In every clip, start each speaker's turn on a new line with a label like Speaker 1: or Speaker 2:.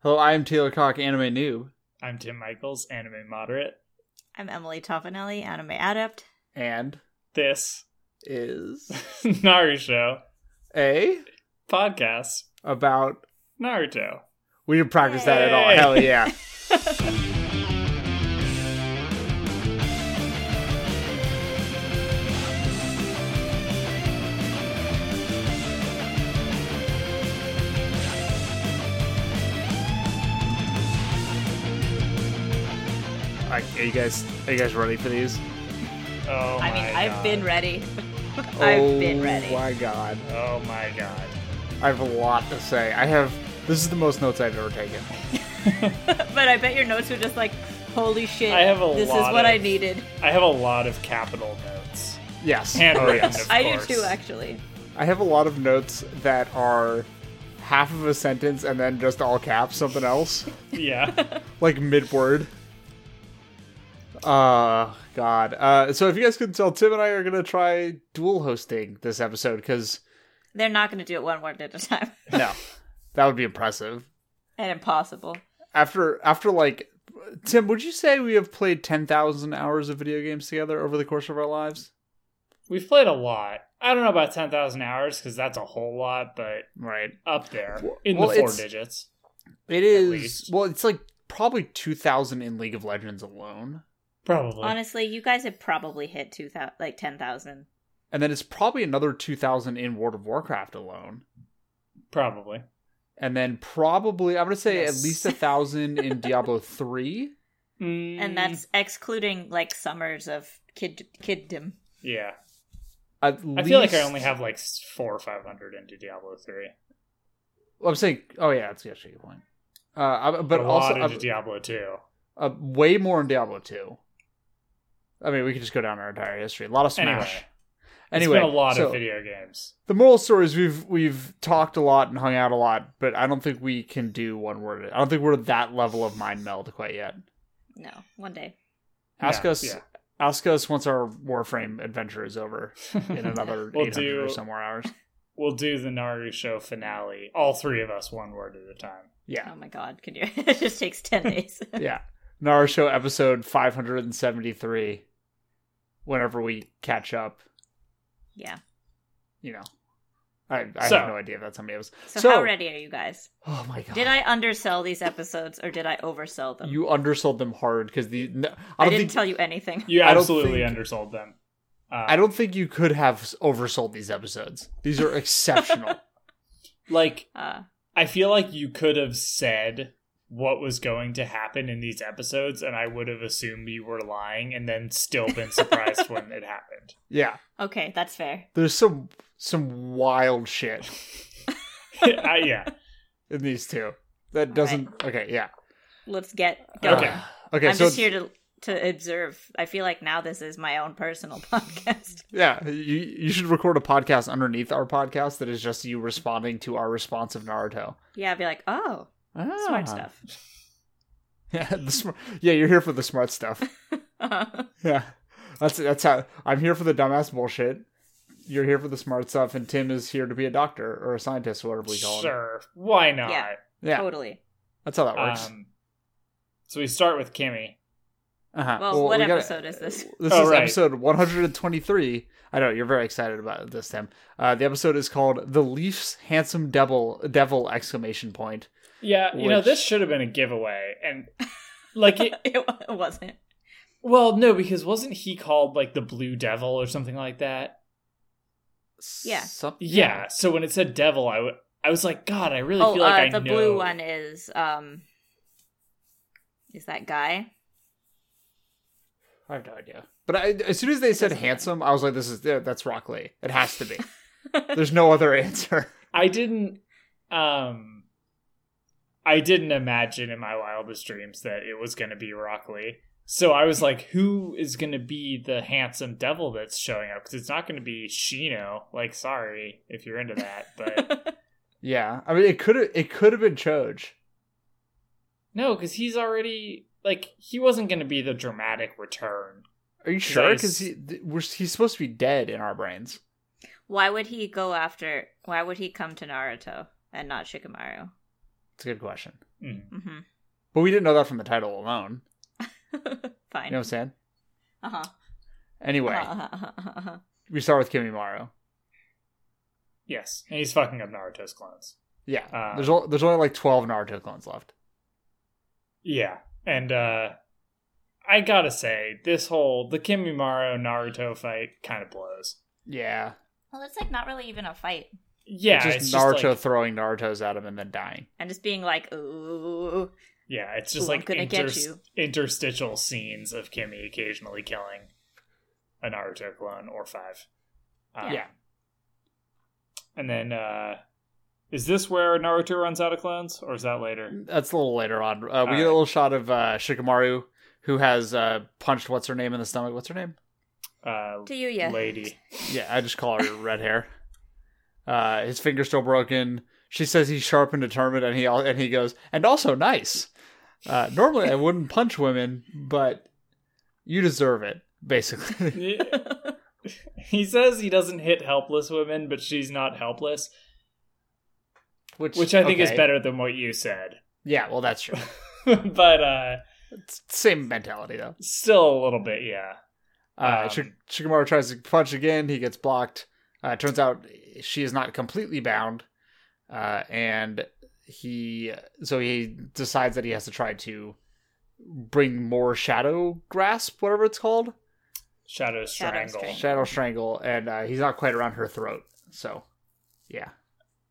Speaker 1: Hello, I am Taylor Cock, anime noob.
Speaker 2: I'm Tim Michaels, anime moderate.
Speaker 3: I'm Emily Toffanelli, anime adept.
Speaker 1: And
Speaker 2: This
Speaker 1: is
Speaker 2: Naruto
Speaker 1: a
Speaker 2: podcast,
Speaker 1: about.
Speaker 2: Naruto.
Speaker 1: We didn't practice that at all.
Speaker 2: Yay.
Speaker 1: Hell yeah. Like, are you guys are you guys ready for these?
Speaker 2: Oh
Speaker 3: I mean,
Speaker 2: my
Speaker 3: I've
Speaker 2: god.
Speaker 3: been ready. I've been ready.
Speaker 1: Oh my god.
Speaker 2: Oh my god.
Speaker 1: I have a lot to say. I have this is the most notes I've ever taken.
Speaker 3: but I bet your notes were just like, holy shit,
Speaker 2: I have a
Speaker 3: this
Speaker 2: lot
Speaker 3: is what I
Speaker 2: of-
Speaker 3: needed.
Speaker 2: I have a lot of capital notes.
Speaker 1: Yes.
Speaker 2: Handwritten, of
Speaker 3: I
Speaker 2: course.
Speaker 3: do too, actually.
Speaker 1: I have a lot of notes that are half of a sentence and then just all caps, something else.
Speaker 2: Yeah.
Speaker 1: like mid word. Uh God. Uh so if you guys can tell, Tim and I are gonna try dual hosting this episode, because
Speaker 3: They're not going to do it one word at a time.
Speaker 1: no. that would be impressive.
Speaker 3: and impossible.
Speaker 1: After after like Tim, would you say we have played ten thousand hours of video games together over the course of our lives?
Speaker 2: We've played a lot. I don't know about 10,000 hours because that's a whole lot, but
Speaker 1: Right.
Speaker 2: up there
Speaker 1: Well,
Speaker 2: in
Speaker 1: well,
Speaker 2: the four
Speaker 1: it's-
Speaker 2: digits.
Speaker 1: It is
Speaker 2: least.
Speaker 1: well, it's like probably two thousand in League of Legends alone,
Speaker 2: Probably.
Speaker 3: Honestly, you guys have probably hit 2,000, like 10,000.
Speaker 1: and then it's probably another two thousand in World of Warcraft alone,
Speaker 2: Probably.
Speaker 1: and then probably I'm gonna say
Speaker 2: Yes.
Speaker 1: at least a thousand in Diablo three.
Speaker 2: Mm,
Speaker 3: And that's excluding like summers of kid kiddom.
Speaker 2: Yeah.
Speaker 1: At
Speaker 2: I feel like I only have like s- four or 500 into Diablo 3.
Speaker 1: I'm saying, oh yeah, that's actually a good point. Uh, I- but
Speaker 2: a
Speaker 1: also
Speaker 2: lot into
Speaker 1: uh,
Speaker 2: Diablo 2.
Speaker 1: uh, way more in Diablo two. I mean, we could just go down our entire history. A lot of Smash. Anyway,
Speaker 2: it's been a lot
Speaker 1: so-
Speaker 2: of video games.
Speaker 1: the moral story is we've we've talked a lot and hung out a lot, but I don't think we can do one word. I don't think we're that level of mind meld quite yet.
Speaker 3: No, one day.
Speaker 1: Ask
Speaker 2: Yeah,
Speaker 1: us,
Speaker 2: yeah.
Speaker 1: ask us once our Warframe adventure is over in another
Speaker 2: We'll
Speaker 1: 800
Speaker 2: do-
Speaker 1: or somewhere hours.
Speaker 2: we'll do the Naruto show finale, all three of us, one word at a time.
Speaker 1: Yeah,
Speaker 3: Oh my god, can you? it just takes 10 days.
Speaker 1: yeah. Naruto episode 573. Whenever we catch up,
Speaker 3: yeah.
Speaker 1: you know, I, I
Speaker 2: So-
Speaker 1: have no idea if that's how many of us.
Speaker 3: So, how ready are you guys?
Speaker 1: Oh my god!
Speaker 3: Did I undersell these episodes or did I oversell them?
Speaker 1: You undersold them hard because the no, I, don't
Speaker 3: I, didn't
Speaker 1: think,
Speaker 3: tell you anything.
Speaker 2: You
Speaker 1: I don't
Speaker 2: absolutely
Speaker 1: think-
Speaker 2: undersold them. Uh,
Speaker 1: I don't think you could have s- oversold these episodes. These are exceptional.
Speaker 2: like.
Speaker 3: Uh,
Speaker 2: I feel like you could have said what was going to happen in these episodes, and I would have assumed you were lying, and then still been surprised when it happened.
Speaker 1: yeah,
Speaker 3: okay, that's fair.
Speaker 1: there's some some wild shit
Speaker 2: I, Uh, yeah,
Speaker 1: in these two that doesn't. Okay, yeah.
Speaker 3: Let's get going.
Speaker 1: Okay, okay.
Speaker 3: I'm
Speaker 1: so
Speaker 3: just here to to observe. I feel like now this is my own personal podcast.
Speaker 1: yeah, you you should record a podcast underneath our podcast that is just you responding to our response of Naruto.
Speaker 3: Yeah, I'd be like, oh,
Speaker 1: Ah.
Speaker 3: smart stuff.
Speaker 1: Yeah, the smart, yeah. You're here for the smart stuff. Yeah, that's that's how I'm here for the dumbass bullshit. You're here for the smart stuff, and Tim is here to be a doctor or a scientist, whatever we call him.
Speaker 2: sure. Why not?
Speaker 3: Yeah.
Speaker 1: Yeah,
Speaker 3: Totally.
Speaker 1: that's how that works.
Speaker 2: Um, so we start with Kimmy.
Speaker 1: uh-huh.
Speaker 3: Well, what
Speaker 1: we gotta-
Speaker 3: episode is this?
Speaker 1: This
Speaker 2: Oh,
Speaker 1: is
Speaker 2: right.
Speaker 1: episode 123. I know you're very excited about this, Tim. Uh, the episode is called "The Leafs Handsome Devil." Devil! Exclamation point.
Speaker 2: Yeah, you know
Speaker 1: Which-
Speaker 2: this should have been a giveaway, and like it,
Speaker 3: It wa- it wasn't.
Speaker 2: Well, no, because wasn't he called like the Blue Devil or something like that?
Speaker 3: Yeah.
Speaker 1: Some-
Speaker 2: Yeah. So when it said devil, I wa- I was like, God, I really
Speaker 3: Oh,
Speaker 2: feel like
Speaker 3: uh,
Speaker 2: I
Speaker 3: the
Speaker 2: know.
Speaker 3: blue one is um, is that guy?
Speaker 1: I have no idea. But I, as soon as they said
Speaker 3: Doesn't matter.
Speaker 1: handsome, I was like, "This is yeah, that's Rock Lee. It has to be. There's no other answer."
Speaker 2: I didn't. Um, I didn't imagine in my wildest dreams that it was going to be Rock Lee. So I was like, who is going to be the handsome devil that's showing up? Because it's not going to be Shino. Like, sorry if you're into that, but
Speaker 1: Yeah, I mean, it could have it could have been Choj.
Speaker 2: no, because he's already like he wasn't going to be the dramatic return.
Speaker 1: Are you sure?
Speaker 2: Nice.
Speaker 1: Because he th- we're, he's supposed to be dead in our brains.
Speaker 3: Why would he go after? Why would he come to Naruto and not Shikamaru?
Speaker 1: It's a good question.
Speaker 2: Mhm.
Speaker 3: hmm
Speaker 1: But we didn't know that from the title alone. You
Speaker 3: Fine.
Speaker 1: know what I'm saying?
Speaker 3: Uh-huh.
Speaker 1: Anyway,
Speaker 3: Uh-huh, uh-huh, uh-huh, uh-huh.
Speaker 1: we start with Kimimaro.
Speaker 2: Yes, and he's fucking up Naruto's clones.
Speaker 1: Yeah,
Speaker 2: Uh,
Speaker 1: there's o- there's only like twelve Naruto clones left.
Speaker 2: Yeah, and uh I gotta say, this whole the Kimimaro Naruto fight kind of blows.
Speaker 1: Yeah,
Speaker 3: Well, it's like not really even a fight.
Speaker 2: Yeah,
Speaker 1: just
Speaker 2: it's
Speaker 1: Naruto
Speaker 2: just like,
Speaker 1: throwing Naruto's at him and then dying.
Speaker 3: And just being like, ooh.
Speaker 2: yeah, it's just
Speaker 3: Ooh, I'm
Speaker 2: like
Speaker 3: gonna get
Speaker 2: inters-
Speaker 3: you.
Speaker 2: interstitial scenes of Kimmy occasionally killing a Naruto clone or five. Um,
Speaker 1: Yeah.
Speaker 2: and then uh is this where Naruto runs out of clones, or is that later?
Speaker 1: That's a little later on. Uh, we
Speaker 2: right.
Speaker 1: get a little shot of uh, Shikamaru who has uh, punched what's her name in the stomach. What's her name?
Speaker 2: Uh,
Speaker 3: To you, yeah.
Speaker 2: lady.
Speaker 1: Yeah, I just call her red hair. Uh, his finger's still broken. She says he's sharp and determined, and he al- and he goes, and also nice. Uh, normally, I wouldn't punch women, but you deserve it, basically.
Speaker 2: he says he doesn't hit helpless women, but she's not helpless, which I think is
Speaker 1: okay.
Speaker 2: better than what you said.
Speaker 1: Yeah, well, that's true.
Speaker 2: but uh
Speaker 1: It's the same mentality though.
Speaker 2: still a little bit, yeah.
Speaker 1: Uh,
Speaker 2: Um,
Speaker 1: Shik- Shikamaru tries to punch again. He gets blocked. Uh, it turns out she is not completely bound, uh, and he so he decides that he has to try to bring more shadow grasp, whatever it's called,
Speaker 2: Shadow Strangle.
Speaker 3: Strangle.
Speaker 1: shadow strangle, and uh, he's not quite around her throat. So, yeah,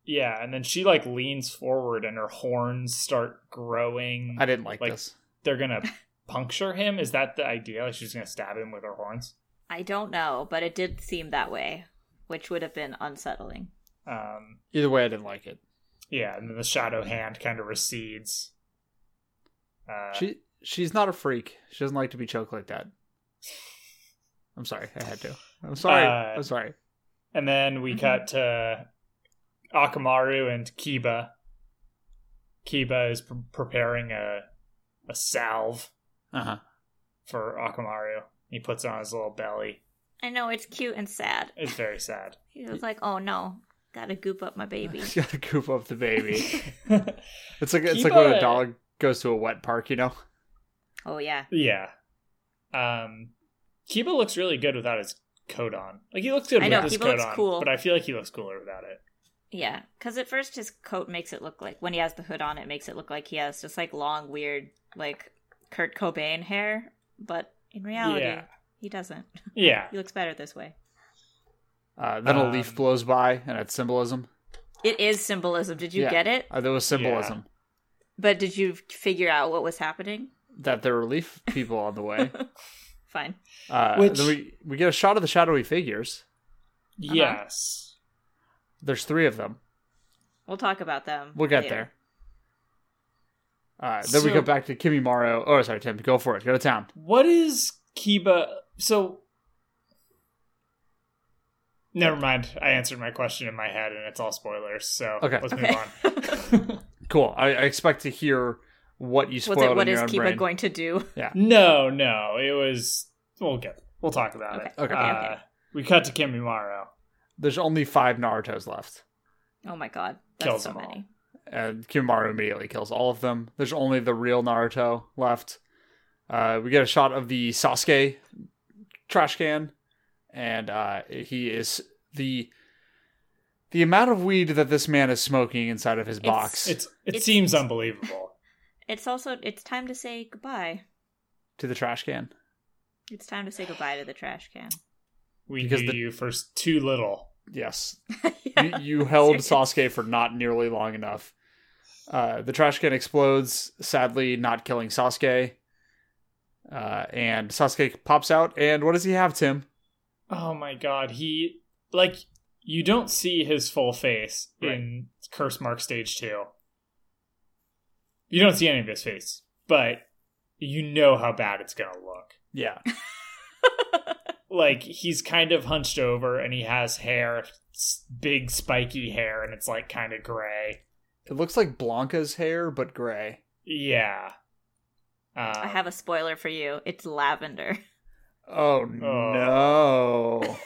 Speaker 2: Yeah, and then she like leans forward and her horns start growing.
Speaker 1: I didn't like,
Speaker 2: Like-
Speaker 1: this.
Speaker 2: They're gonna puncture him. Is that the idea? Like she's gonna stab him with her horns.
Speaker 3: I don't know, but it did seem that way, which would have been unsettling.
Speaker 2: Um
Speaker 1: Either way, I didn't like it.
Speaker 2: yeah, and then the shadow hand kind of recedes. Uh,
Speaker 1: She she's not a freak. She doesn't like to be choked like that. I'm sorry, I had to. I'm sorry.
Speaker 2: Uh,
Speaker 1: I'm sorry.
Speaker 2: and then we
Speaker 3: Mhm.
Speaker 2: cut to Akamaru and Kiba. Kiba is pre- preparing a a salve
Speaker 1: Uh huh.
Speaker 2: for Akamaru. He puts it on his little belly.
Speaker 3: I know it's cute and sad.
Speaker 2: It's very sad.
Speaker 3: He was like, oh no, gotta goop up my baby.
Speaker 1: He's got to goop up the baby. It's like it's
Speaker 2: Keep
Speaker 1: like when a
Speaker 2: it.
Speaker 1: dog goes to a wet park, you know.
Speaker 3: oh yeah.
Speaker 2: yeah. Um Kiba looks really good without his coat on. Like he looks good
Speaker 3: I
Speaker 2: with
Speaker 3: know,
Speaker 2: his
Speaker 3: Kiba
Speaker 2: coat
Speaker 3: looks
Speaker 2: on,
Speaker 3: cool.
Speaker 2: but I feel like he looks cooler without it.
Speaker 3: Yeah, because at first his coat makes it look like when he has the hood on, it makes it look like he has just like long, weird, like Kurt Cobain hair. But in reality,
Speaker 2: Yeah.
Speaker 3: he doesn't.
Speaker 2: Yeah.
Speaker 3: He looks better this way.
Speaker 1: Uh, then a leaf
Speaker 2: Um,
Speaker 1: blows by, and it's symbolism.
Speaker 3: It is symbolism. Did you
Speaker 1: Yeah.
Speaker 3: get it?
Speaker 1: Uh, there was symbolism
Speaker 3: But did you figure out what was happening?
Speaker 1: that there were leaf people on the way.
Speaker 3: Fine.
Speaker 1: Uh,
Speaker 2: Which-
Speaker 1: then we we get a shot of the shadowy figures.
Speaker 3: Uh-huh.
Speaker 2: Yes.
Speaker 1: There's three of them.
Speaker 3: We'll talk about them.
Speaker 1: We'll get
Speaker 3: later.
Speaker 1: there. Uh, then we
Speaker 2: So-
Speaker 1: go back to Kimmy Morrow. Oh, sorry, Tim. Go for it. Go to town.
Speaker 2: What is Kiba so Never mind. I answered my question in my head and it's all spoilers, so
Speaker 1: Okay.
Speaker 2: let's
Speaker 3: Okay.
Speaker 2: move on.
Speaker 1: Cool. I, I expect to hear what you spoiled
Speaker 3: Was it what
Speaker 1: in
Speaker 3: is
Speaker 1: your own
Speaker 3: Kiba
Speaker 1: brain.
Speaker 3: going to do?
Speaker 2: no, no. It was we'll get we'll talk about it.
Speaker 3: Okay,
Speaker 1: okay, Ah.
Speaker 2: Uh,
Speaker 3: okay.
Speaker 2: We cut to Kimimaro.
Speaker 1: There's only five Naruto's left,
Speaker 3: Oh my god, that's
Speaker 2: Kills
Speaker 3: so
Speaker 2: them all.
Speaker 3: many.
Speaker 1: and Kimmy Morrow immediately kills all of them. There's only the real Naruto left. Uh, we get a shot of the Sasuke trash can, and uh, he is the the amount of weed that this man is smoking inside of his
Speaker 3: It's-
Speaker 1: box
Speaker 2: It's it
Speaker 3: It's-
Speaker 2: seems unbelievable.
Speaker 3: It's also it's time to say goodbye.
Speaker 1: to the trash can.
Speaker 3: It's time to say goodbye to the trash can.
Speaker 2: We
Speaker 1: Because
Speaker 2: knew
Speaker 1: the-
Speaker 2: you for s- too little.
Speaker 1: Yes, you,
Speaker 3: Yeah.
Speaker 1: you held
Speaker 3: Seriously.
Speaker 1: Sasuke for not nearly long enough. Uh, the trash can explodes, sadly, not killing Sasuke. Uh, and Sasuke pops out, and what does he have, Tim?
Speaker 2: Oh my god, he like you don't see his full face in Curse Mark Stage Two. You don't see any of his face, but you know how bad it's gonna look.
Speaker 1: Yeah,
Speaker 2: Like he's kind of hunched over, and he has hair, s- big spiky hair, and it's like kind of gray.
Speaker 1: it looks like Blanca's hair, but gray.
Speaker 2: Yeah. Um,
Speaker 1: uh,
Speaker 3: I have a spoiler for you. It's lavender. Oh.
Speaker 1: Oh, no!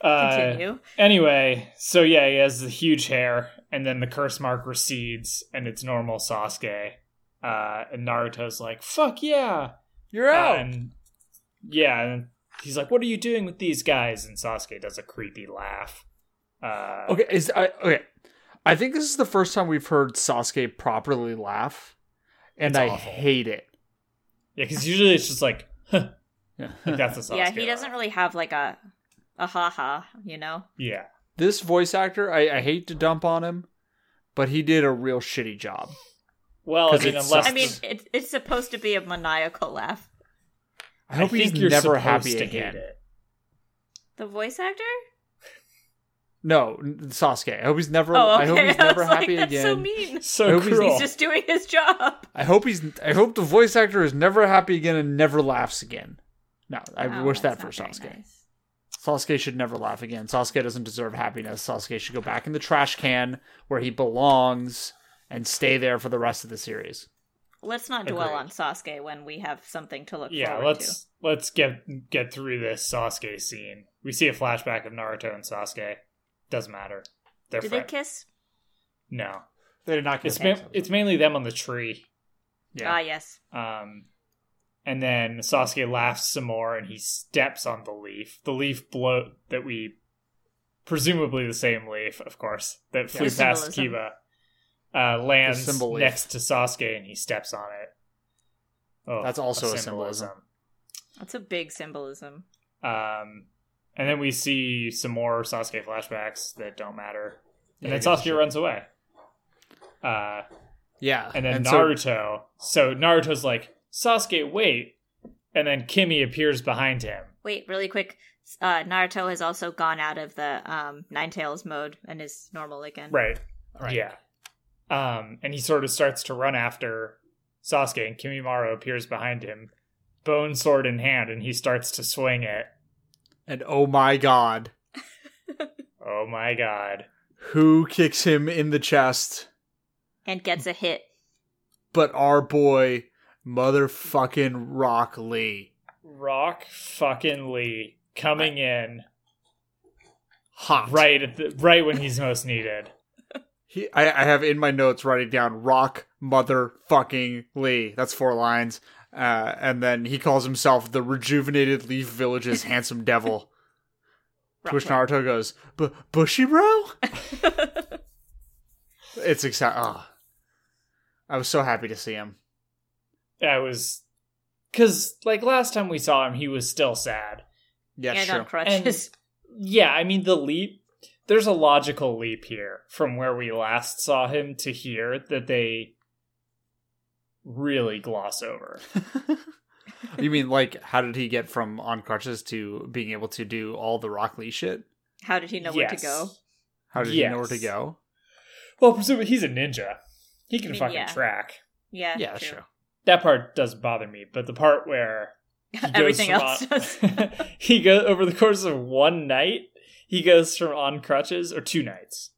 Speaker 2: Uh,
Speaker 3: Continue.
Speaker 2: Anyway, so yeah, he has the huge hair, and then the curse mark recedes, and it's normal Sasuke. Uh, and Naruto's like, "Fuck yeah!" Uh,
Speaker 1: You're out.
Speaker 2: And yeah, and he's like, "What are you doing with these guys?" And Sasuke does a creepy laugh. Uh,
Speaker 1: okay, is I okay. I think this is the first time we've heard Sasuke properly laugh, and
Speaker 2: It's
Speaker 1: I
Speaker 2: awful.
Speaker 1: hate it.
Speaker 2: Yeah, because usually it's just like, huh,
Speaker 1: Yeah.
Speaker 2: like that's a Sasuke.
Speaker 3: yeah, he doesn't
Speaker 2: laugh.
Speaker 3: really have like a a haha, you know.
Speaker 2: Yeah,
Speaker 1: this voice actor, I, I hate to dump on him, but he did a real shitty job.
Speaker 2: well, I
Speaker 1: 'Cause
Speaker 2: mean,
Speaker 1: it
Speaker 2: unless
Speaker 1: sucks.
Speaker 3: I mean, it, it's supposed to be a maniacal laugh.
Speaker 1: I hope he's
Speaker 2: think you're
Speaker 1: never
Speaker 2: supposed
Speaker 1: happy
Speaker 2: to
Speaker 1: again.
Speaker 2: hate it.
Speaker 3: The voice actor?
Speaker 1: No, n- Sasuke. I hope he's never.
Speaker 3: oh, okay.
Speaker 1: I hope he's
Speaker 3: I
Speaker 1: never
Speaker 3: was
Speaker 1: happy
Speaker 3: like,
Speaker 1: again.
Speaker 3: that's so mean.
Speaker 1: I
Speaker 2: So
Speaker 1: hope he's-
Speaker 2: cruel.
Speaker 3: He's just doing his job.
Speaker 1: I hope he's. I hope the voice actor is never happy again and never laughs again. No, I
Speaker 3: Oh,
Speaker 1: wish that
Speaker 3: that's
Speaker 1: for
Speaker 3: not very
Speaker 1: Sasuke.
Speaker 3: nice.
Speaker 1: Sasuke should never laugh again. Sasuke doesn't deserve happiness. Sasuke should go back in the trash can where he belongs and stay there for the rest of the series.
Speaker 3: Let's not dwell
Speaker 2: Agreed.
Speaker 3: on Sasuke when we have something to look
Speaker 2: yeah
Speaker 3: forward
Speaker 2: let's let's get get through this sasuke scene we see a flashback of naruto and sasuke doesn't matter they're
Speaker 3: to. Do they
Speaker 2: friends.
Speaker 3: kiss?
Speaker 2: no
Speaker 1: They did not
Speaker 2: it's ma- it's mainly them on the tree
Speaker 1: yeah.
Speaker 3: Ah, yes.
Speaker 2: um and then sasuke laughs some more and he steps on the leaf the leaf blow that we presumably the same leaf of course that flew
Speaker 3: The
Speaker 2: past
Speaker 3: symbolism.
Speaker 2: kiba uh lands
Speaker 1: The symbol leaf.
Speaker 2: next to sasuke and he steps on it oh,
Speaker 1: That's also a symbolism.
Speaker 3: That's a big symbolism.
Speaker 2: Um, and then we see some more Sasuke flashbacks that don't matter.
Speaker 1: Yeah,
Speaker 2: And then
Speaker 1: I guess
Speaker 2: Sasuke runs away. Uh,
Speaker 1: yeah,
Speaker 2: and then
Speaker 1: so-
Speaker 2: Naruto. So, Naruto's like, Sasuke, wait. And then Kimmy appears behind him.
Speaker 3: Wait, really quick. Uh, Naruto has also gone out of the um, Nine Tails mode and is normal again.
Speaker 2: Right.
Speaker 1: Right.
Speaker 2: Yeah. Um, and he sort of starts to run after Sasuke, and Kimimaro appears behind him, bone sword in hand, and he starts to swing it.
Speaker 1: and oh my god,
Speaker 2: Oh my god.
Speaker 1: who kicks him in the chest?
Speaker 3: And gets a hit.
Speaker 1: But our boy, motherfucking Rock Lee,
Speaker 2: Rock fucking Lee coming in
Speaker 1: hot.
Speaker 2: right at the, right when he's most needed.
Speaker 1: He, I, I have in my notes writing down Rock motherfucking Lee. That's four lines. Uh, and then he calls himself the rejuvenated Leaf Village's handsome devil. to which Naruto goes, "B- "Bushy bro." it's exciting. Oh. I was so happy to see him.
Speaker 2: I was because like last time we saw him, he was still sad.
Speaker 1: Yeah,
Speaker 3: and
Speaker 1: sure.
Speaker 3: on crutches.
Speaker 2: Yeah, I mean the leap. There's a logical leap here from where we last saw him to here that they really gloss over.
Speaker 1: you mean like how did he get from on crutches to being able to do all the Rock Lee shit?
Speaker 3: How did he know where to
Speaker 2: Yes.
Speaker 3: go?
Speaker 1: How did he know where to
Speaker 2: Yes.
Speaker 1: go?
Speaker 2: Well, presumably he's a ninja. He can
Speaker 3: I mean,
Speaker 2: fucking
Speaker 3: yeah.
Speaker 2: track.
Speaker 3: Yeah.
Speaker 1: Yeah,
Speaker 3: true.
Speaker 1: sure.
Speaker 2: That part doesn't bother me, but the part where he goes
Speaker 3: Everything
Speaker 2: from
Speaker 3: else
Speaker 2: on-
Speaker 3: does.
Speaker 2: he goes over the course of one night. He goes from on crutches or two nights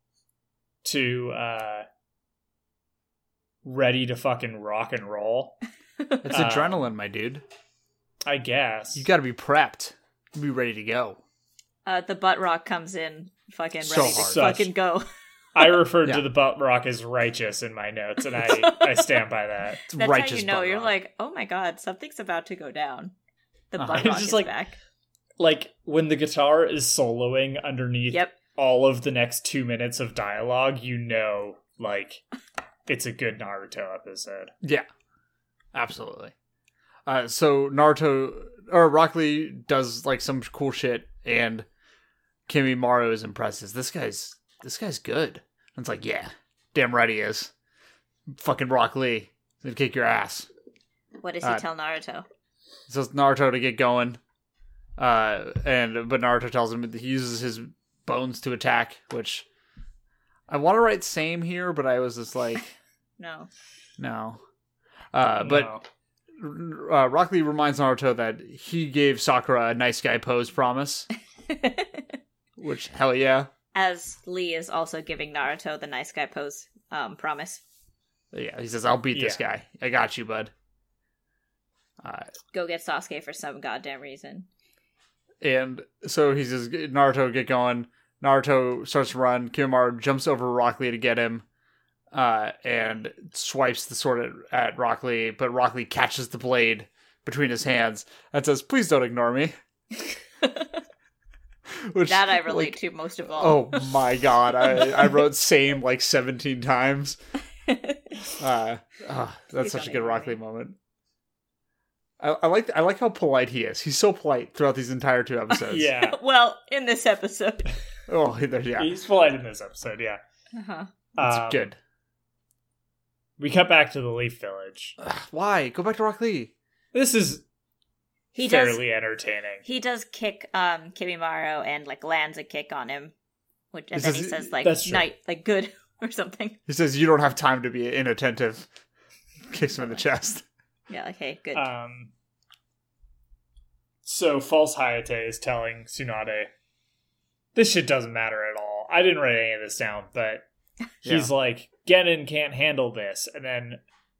Speaker 2: to uh ready to fucking rock and roll.
Speaker 1: It's
Speaker 2: Uh,
Speaker 1: adrenaline, my dude.
Speaker 2: I guess
Speaker 1: You got to be prepped. Be ready to go.
Speaker 3: Uh, the butt rock comes in, fucking
Speaker 1: So
Speaker 3: ready to
Speaker 1: hard.
Speaker 3: fucking go.
Speaker 2: I referred
Speaker 1: Yeah.
Speaker 2: to the butt rock as righteous in my notes, and I I stand by that.
Speaker 1: It's
Speaker 3: That's
Speaker 1: righteous.
Speaker 3: how you know
Speaker 1: butt
Speaker 3: you're
Speaker 1: rock.
Speaker 3: like, oh my god, something's about to go down. The
Speaker 1: Uh-huh.
Speaker 3: butt
Speaker 1: It's
Speaker 3: rock
Speaker 2: just
Speaker 3: is
Speaker 2: like-
Speaker 3: back.
Speaker 2: Like when the guitar is soloing underneath
Speaker 3: Yep.
Speaker 2: all of the next two minutes of dialogue, you know, like it's a good Naruto episode.
Speaker 1: Yeah, absolutely. Uh, so Naruto or Rock Lee does like some cool shit, and Kimmy Maro is impressed. Is this guy's this guy's good? And it's like, yeah, damn right he is. Fucking Rock Lee, he's gonna kick your ass.
Speaker 3: What does he
Speaker 1: Uh,
Speaker 3: tell Naruto?
Speaker 1: He tells Naruto to get going, uh, and but Naruto tells him that he uses his bones to attack, which I want to write same here, but I was just like,
Speaker 3: No.
Speaker 1: no.
Speaker 3: Oh,
Speaker 1: Uh, but
Speaker 2: No.
Speaker 1: uh, Rock Lee reminds Naruto that he gave Sakura a nice guy pose promise, which hell yeah,
Speaker 3: As Lee is also giving Naruto the nice guy pose um, promise.
Speaker 1: yeah. He says, "I'll beat this guy. I got you, bud." Uh,
Speaker 3: Go get Sasuke for some goddamn reason.
Speaker 1: And so he says, Naruto, get going. Naruto starts to run. Kimar jumps over Rock Lee to get him uh, and swipes the sword at, at Rock Lee, but Rock Lee catches the blade between his hands and says, Please don't ignore me. Which,
Speaker 3: that I relate
Speaker 1: like,
Speaker 3: to most of all.
Speaker 1: Oh my god. I, I wrote same like 17 times. Uh, ah, that's
Speaker 3: Please
Speaker 1: such a
Speaker 3: don't
Speaker 1: good
Speaker 3: ignore
Speaker 1: Rock Lee
Speaker 3: me.
Speaker 1: moment. I, I like I like how polite he is. He's so polite throughout these entire two episodes.
Speaker 2: yeah.
Speaker 3: well, in this episode.
Speaker 1: Oh, there- yeah.
Speaker 2: He's polite in this episode, yeah.
Speaker 3: Uh-huh.
Speaker 1: It's
Speaker 2: Um,
Speaker 1: good.
Speaker 2: We cut back to the Leaf Village.
Speaker 1: Ugh, why? Go back to Rock Lee.
Speaker 2: This is
Speaker 3: He does
Speaker 2: fairly entertaining.
Speaker 3: he does kick um Kimimaro and like lands a kick on him. Which and
Speaker 1: This
Speaker 3: then
Speaker 1: is-
Speaker 3: he says like
Speaker 2: that's true.
Speaker 3: night like good or something.
Speaker 1: He says, You don't have time to be inattentive. Kicks him in the chest.
Speaker 3: Yeah, like hey, good.
Speaker 2: Um, so false Hayate is telling Tsunade, "This shit doesn't matter at all. I didn't write any of this down, but he's like, Genin can't handle this." And then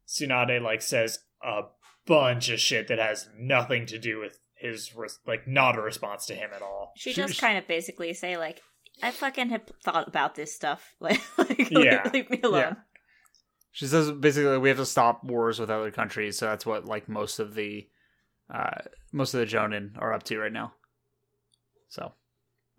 Speaker 2: Tsunade like says a bunch of shit that has nothing to do with his res- like not a response to him at all.
Speaker 3: she
Speaker 1: she-
Speaker 3: does
Speaker 1: she-
Speaker 3: kind of basically say like I fucking have thought about this stuff. Like, like
Speaker 2: Yeah.
Speaker 3: leave, leave me alone.
Speaker 1: She says basically we have to stop wars with other countries, so that's what like most of the uh most of the Jonin are up to right now. So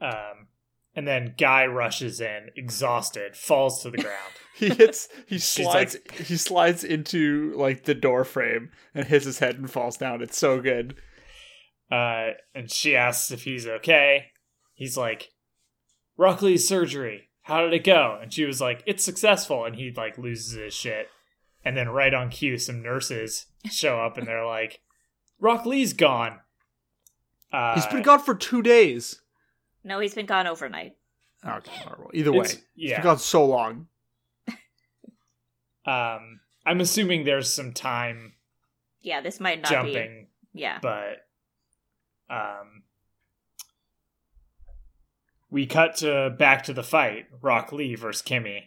Speaker 2: Um, and then Guy rushes in, exhausted, falls to the ground.
Speaker 1: he hits he
Speaker 2: She's
Speaker 1: slides he slides into like the door frame and hits his head and falls down. It's so good.
Speaker 2: uh, and she asks if he's okay. He's like, Rockley's surgery. How did it go? And she was like, It's successful. And he like loses his shit. And then right on cue, some nurses show up and they're like, Rockley's gone. Uh,
Speaker 1: He's been gone for two days.
Speaker 3: No, he's been gone overnight.
Speaker 1: Okay, horrible. Either way.
Speaker 2: it's-
Speaker 1: He's been
Speaker 2: Yeah.
Speaker 1: gone so long.
Speaker 2: Um, I'm assuming there's some time
Speaker 3: Yeah, this might not be.
Speaker 2: jumping,
Speaker 3: Yeah,
Speaker 2: but um, we cut to back to the fight rock lee versus kimmy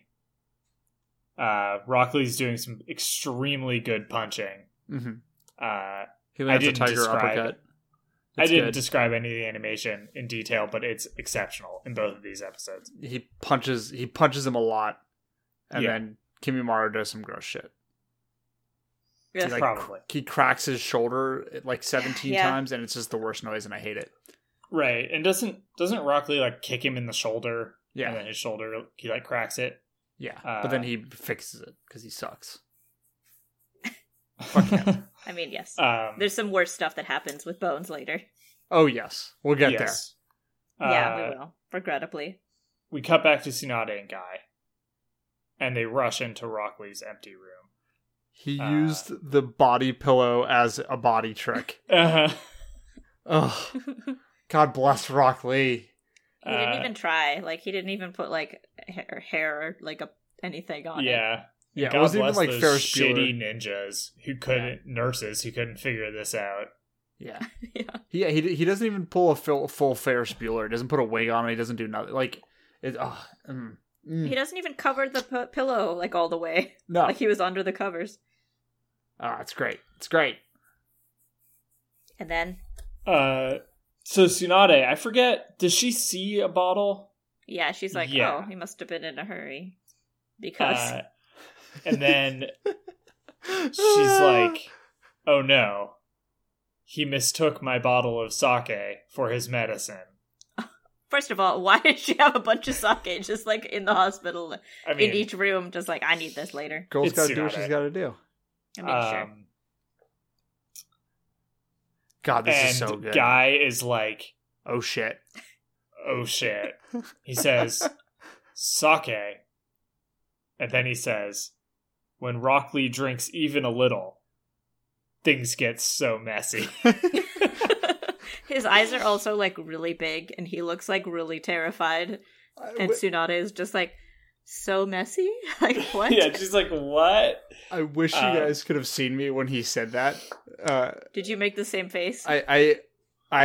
Speaker 2: uh rock lee's doing some extremely good punching
Speaker 1: Mm-hmm.
Speaker 2: uh
Speaker 1: He
Speaker 2: I didn't describe- i
Speaker 1: It's
Speaker 2: didn't
Speaker 1: good.
Speaker 2: describe any of the animation in detail but it's exceptional in both of these episodes
Speaker 1: he punches he punches him a lot, and
Speaker 2: Yeah.
Speaker 1: then Kimimaro does some gross shit. He,
Speaker 3: Yeah.
Speaker 1: like,
Speaker 2: Probably.
Speaker 1: he cracks his shoulder eh, like seventeen
Speaker 3: Yeah.
Speaker 1: times, and it's just the worst noise, and I hate it.
Speaker 2: right and doesn't doesn't rock lee like kick him in the shoulder
Speaker 1: Yeah,
Speaker 2: and then his shoulder he like cracks it
Speaker 1: yeah.
Speaker 2: Uh,
Speaker 1: but then he fixes it because he sucks. Fuck
Speaker 3: I mean yes.
Speaker 2: um
Speaker 3: There's some worse stuff that happens with Bones later.
Speaker 1: Oh yes, we'll get
Speaker 2: yes.
Speaker 3: yeah,
Speaker 2: Uh,
Speaker 3: we will. Regrettably.
Speaker 2: we cut back to Tsunade and Guy, and they rush into Rockley's empty room.
Speaker 1: there. He
Speaker 2: Uh,
Speaker 1: used the body pillow as a body trick.
Speaker 2: Uh-huh.
Speaker 1: Ugh.
Speaker 3: he didn't
Speaker 1: God bless Rock Lee.
Speaker 2: uh,
Speaker 3: even try. Like he didn't even put like hair, hair or like a anything on it.
Speaker 2: yeah.
Speaker 1: Yeah,
Speaker 2: God
Speaker 1: it wasn't even
Speaker 2: bless
Speaker 1: like
Speaker 2: those
Speaker 1: Ferris
Speaker 2: shitty
Speaker 1: Bueller.
Speaker 2: ninjas who couldn't nurses who couldn't figure this out.
Speaker 1: Yeah.
Speaker 3: Yeah.
Speaker 1: Yeah, he he doesn't even pull a full, full Ferris Bueller. He doesn't put a wig on. it. He doesn't do nothing. Like it. Oh, mm, mm,
Speaker 3: He doesn't even cover the p- pillow like all the way.
Speaker 1: no,
Speaker 3: Like he was under the covers.
Speaker 1: ah, it's great. It's great.
Speaker 3: And then
Speaker 2: Uh, so Tsunade, I forget, does she see a bottle?
Speaker 3: yeah, she's like,
Speaker 2: Yeah.
Speaker 3: "Oh, he must have been in a hurry." Because
Speaker 2: Uh, and then she's
Speaker 1: Ah.
Speaker 2: like, "Oh no, he mistook my bottle of sake for his medicine."
Speaker 3: first of all, why did she have a bunch of sake just like in the hospital
Speaker 2: I mean,
Speaker 3: in each room just like I need this later.
Speaker 1: "Girl's
Speaker 2: It's
Speaker 1: got to do what
Speaker 2: Tsunade.
Speaker 1: she's got to do."
Speaker 3: I mean, sure.
Speaker 2: um,
Speaker 1: God, this
Speaker 2: and
Speaker 1: is so good.
Speaker 2: guy is like,
Speaker 1: oh shit.
Speaker 2: "Oh shit!" He says, "Sake," and then he says, "When Rockley drinks even a little, things get so messy."
Speaker 3: His eyes are also like really big and he looks like really terrified and
Speaker 1: I,
Speaker 3: Tsunade is just like so messy. like what?
Speaker 2: yeah, she's like, "What?"
Speaker 1: I wish you
Speaker 2: Uh,
Speaker 1: guys could have seen me when he said that. Uh,
Speaker 3: Did you make the same face?
Speaker 1: I I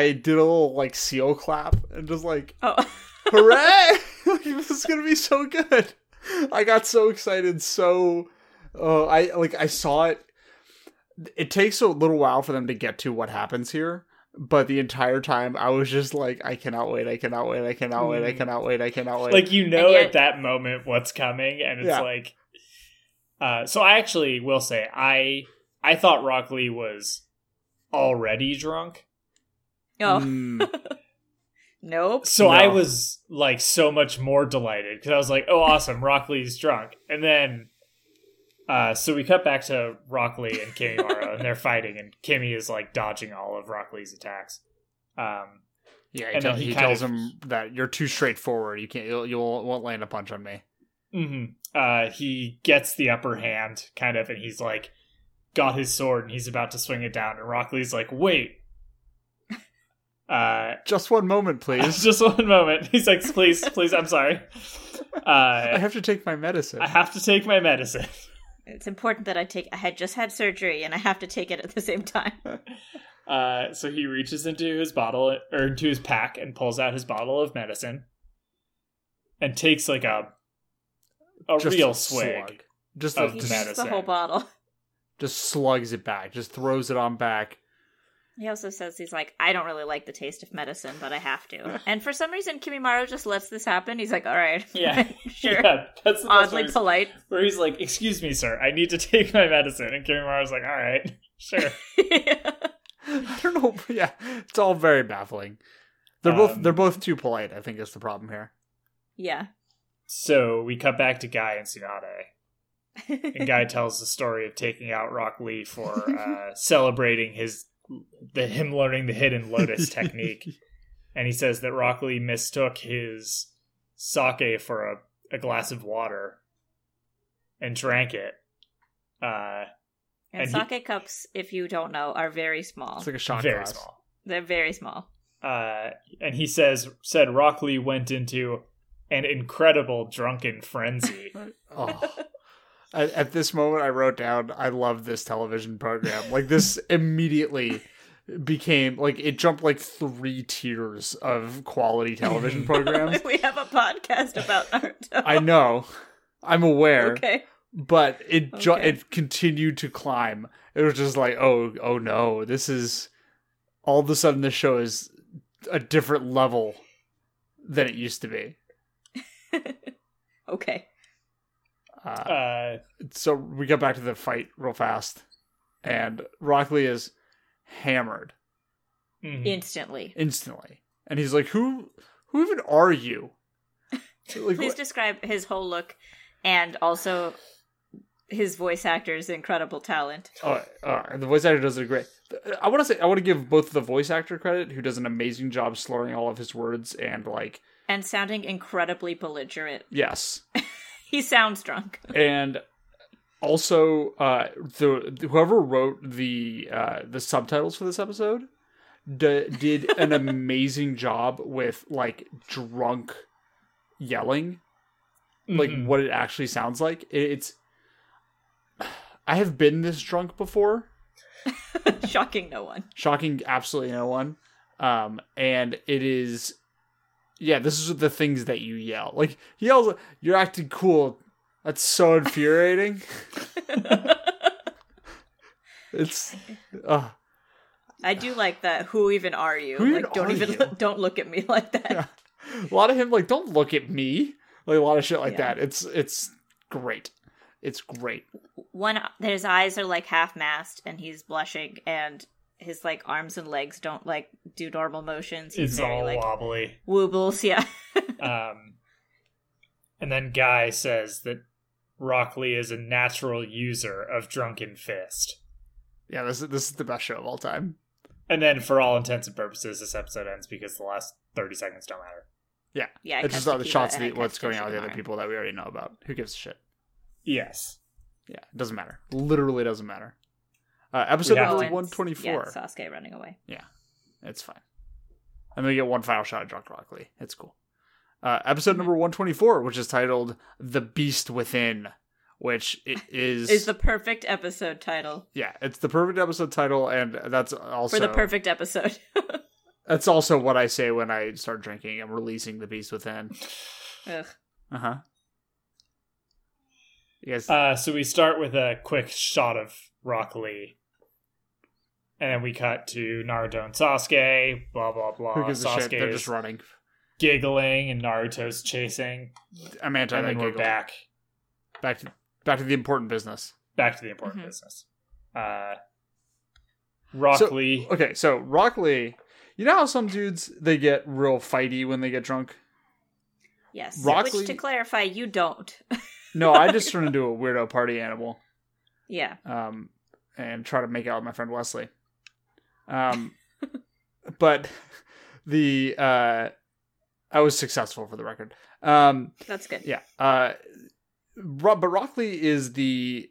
Speaker 1: I did a little like seal clap and just like
Speaker 3: oh.
Speaker 1: hooray! Like, this is gonna be so good. I got so excited. So, uh, I like I saw it. It takes a little while for them to get to what happens here, But the entire time, I was just like, I cannot wait, I cannot wait, I cannot wait, I
Speaker 2: Mm.
Speaker 1: cannot wait, I cannot wait.
Speaker 2: like you know
Speaker 3: And yet-
Speaker 2: at that moment what's coming and it's
Speaker 1: Yeah.
Speaker 2: like uh so i actually will say i i thought rock lee was already drunk
Speaker 3: Oh,
Speaker 1: Mm.
Speaker 3: nope.
Speaker 2: so i
Speaker 1: No.
Speaker 2: was like so much more delighted because i was like oh awesome rock lee's drunk and then uh, so we cut back to Rock Lee and Kimimaro, and they're fighting, and Kimmy is like dodging all of Rock Lee's attacks. Um,
Speaker 1: yeah, he,
Speaker 2: and
Speaker 1: tell-
Speaker 2: then he
Speaker 1: he
Speaker 2: kind
Speaker 1: tells
Speaker 2: of-
Speaker 1: him that you're too straightforward. You can't, you'll, you won't land a punch on me.
Speaker 2: hmm Uh, he gets the upper hand, kind of, and he's like, got his sword and he's about to swing it down, and Rock Lee's like, wait. Uh,
Speaker 1: Just one moment, please.
Speaker 2: just one moment. He's like, please, please, I'm sorry.
Speaker 1: I
Speaker 2: Uh,
Speaker 1: have to take my medicine.
Speaker 2: I have to take my medicine.
Speaker 3: It's important that I take. I had just had surgery, and I have to take it at the same time.
Speaker 2: Uh, so he reaches into his bottle or into his pack and pulls out his bottle of medicine and takes like a a
Speaker 1: Just
Speaker 2: real swig.
Speaker 1: slug. Just
Speaker 2: of
Speaker 1: a,
Speaker 3: He
Speaker 2: the
Speaker 1: just,
Speaker 2: medicine.
Speaker 3: drinks the whole bottle.
Speaker 1: just slugs it back. Just throws it on back.
Speaker 3: He also says he's like, I don't really like the taste of medicine, but I have to. And for some reason, Kimimaro just lets this happen. He's like, all right,
Speaker 2: Yeah.
Speaker 3: sure.
Speaker 2: Yeah, that's the best way
Speaker 3: Oddly
Speaker 2: to
Speaker 3: polite.
Speaker 2: where he's like, "Excuse me, sir, I need to take my medicine." And Kimimura's like, "All right, sure."
Speaker 1: I don't know. but yeah, it's all very baffling. They're both
Speaker 2: Um,
Speaker 1: they're both too polite. I think is the problem here.
Speaker 3: yeah.
Speaker 2: so we cut back to Guy and Tsunade, and Guy tells the story of taking out Rock Lee for uh, celebrating his the him learning the hidden lotus technique, and he says that Rock Lee mistook his sake for a, a glass of water and drank it. Uh,
Speaker 3: and
Speaker 2: and
Speaker 3: sake cups, if you don't know, are very small.
Speaker 1: It's like a shot
Speaker 2: very
Speaker 1: glass.
Speaker 2: small.
Speaker 3: They're very small.
Speaker 2: uh, and he says said Rock Lee went into an incredible drunken frenzy.
Speaker 1: Oh. at, at this moment, I wrote down, "I love this television program." Like this immediately became like it jumped like three tiers of quality television programs.
Speaker 3: we have a podcast about Naruto.
Speaker 1: I know, I'm aware,
Speaker 3: okay.
Speaker 1: but it ju-
Speaker 3: Okay.
Speaker 1: it continued to climb. It was just like, oh, oh no, this is all of a sudden the show is a different level than it used to be.
Speaker 3: Okay.
Speaker 1: Uh,
Speaker 2: Uh,
Speaker 1: so we got back to the fight real fast, and Rock Lee is hammered
Speaker 2: mhm.
Speaker 3: Instantly.
Speaker 1: instantly, and he's like, "Who, who even are you?" Like,
Speaker 3: Please describe his whole look and also his voice actor's incredible talent.
Speaker 1: oh, oh, and the voice actor does it great. I want to say I want to give both the voice actor credit, who does an amazing job slurring all of his words and like
Speaker 3: And sounding incredibly belligerent.
Speaker 1: yes,
Speaker 3: He sounds drunk.
Speaker 1: and also uh, the whoever wrote the uh, the subtitles for this episode d- did an amazing job with like drunk yelling. like
Speaker 2: Mhm.
Speaker 1: what it actually sounds like. It- It's I have been this drunk before,
Speaker 3: Shocking no one.
Speaker 1: shocking absolutely no one. Um, and it is, yeah, this is the things that you yell. Like he yells, "You're acting cool." That's so infuriating. it's, uh,
Speaker 3: I do like that. Who even are you?
Speaker 1: Who even
Speaker 3: like, don't
Speaker 1: are
Speaker 3: even
Speaker 1: you?
Speaker 3: don't look at me like that.
Speaker 1: Yeah. a lot of him like, "Don't look at me." Like a lot of shit like
Speaker 3: Yeah.
Speaker 1: that. It's it's great. It's great.
Speaker 3: One, his eyes are like half masked, and he's blushing, and his like arms and legs don't like do normal motions. He's
Speaker 2: it's
Speaker 3: very
Speaker 2: all
Speaker 3: like
Speaker 2: wobbly.
Speaker 3: wobbles. Yeah,
Speaker 2: Um, and then Guy says that Rock Lee is a natural user of drunken fist.
Speaker 1: Yeah, this is this is the best show of all time.
Speaker 2: And then, for all intents and purposes, this episode ends because the last thirty seconds don't matter.
Speaker 3: yeah. I
Speaker 1: it's just
Speaker 3: cut
Speaker 1: all the
Speaker 3: Kiba
Speaker 1: shots of
Speaker 3: and
Speaker 1: the,
Speaker 3: I
Speaker 1: what's
Speaker 3: cut to
Speaker 1: going on with the other
Speaker 3: Shikamaru.
Speaker 1: people that we already know about. Who gives a shit?
Speaker 2: Yes.
Speaker 1: Yeah, it doesn't matter. Literally doesn't matter. Uh, episode
Speaker 2: have
Speaker 1: number
Speaker 3: and-
Speaker 1: 124.
Speaker 3: Oh, Yeah, Sasuke running away.
Speaker 1: it's fine. And then we get one final shot of Drunk Rock Lee. It's cool. Uh,
Speaker 3: Mm-hmm.
Speaker 1: episode number 124, which is titled The Beast Within, which it is.
Speaker 3: Is the perfect episode title
Speaker 1: yeah, it's the perfect episode title, and that's also
Speaker 3: for the perfect episode.
Speaker 1: that's also what I say when I start drinking. I'm releasing the beast within.
Speaker 3: Ugh.
Speaker 1: Uh huh. Yes.
Speaker 2: Uh, so we start with a quick shot of Rock Lee, And then we cut to Naruto and Sasuke, blah blah blah.
Speaker 1: Who gives a
Speaker 2: Sasuke
Speaker 1: shit? They're
Speaker 2: is
Speaker 1: just running.
Speaker 2: giggling and Naruto's chasing.
Speaker 1: I'm anti
Speaker 2: and
Speaker 1: that
Speaker 2: then we're
Speaker 1: giggle.
Speaker 2: back
Speaker 1: Back to back to the important business.
Speaker 2: back to the important
Speaker 3: Mhm.
Speaker 2: business. Uh Rock
Speaker 1: So-
Speaker 2: Lee.
Speaker 1: Okay, so Rock Lee, you know how some dudes they get real fighty when they get drunk?
Speaker 3: Yes.
Speaker 1: Rock Lee-
Speaker 3: Which to clarify, you don't.
Speaker 1: No, I just turn into a weirdo party animal.
Speaker 3: yeah.
Speaker 1: um, and try to make out with my friend Wesley. Um, but the uh, I was successful for the record. Um,
Speaker 3: That's good.
Speaker 1: yeah. Uh, Ro- but Rockley is the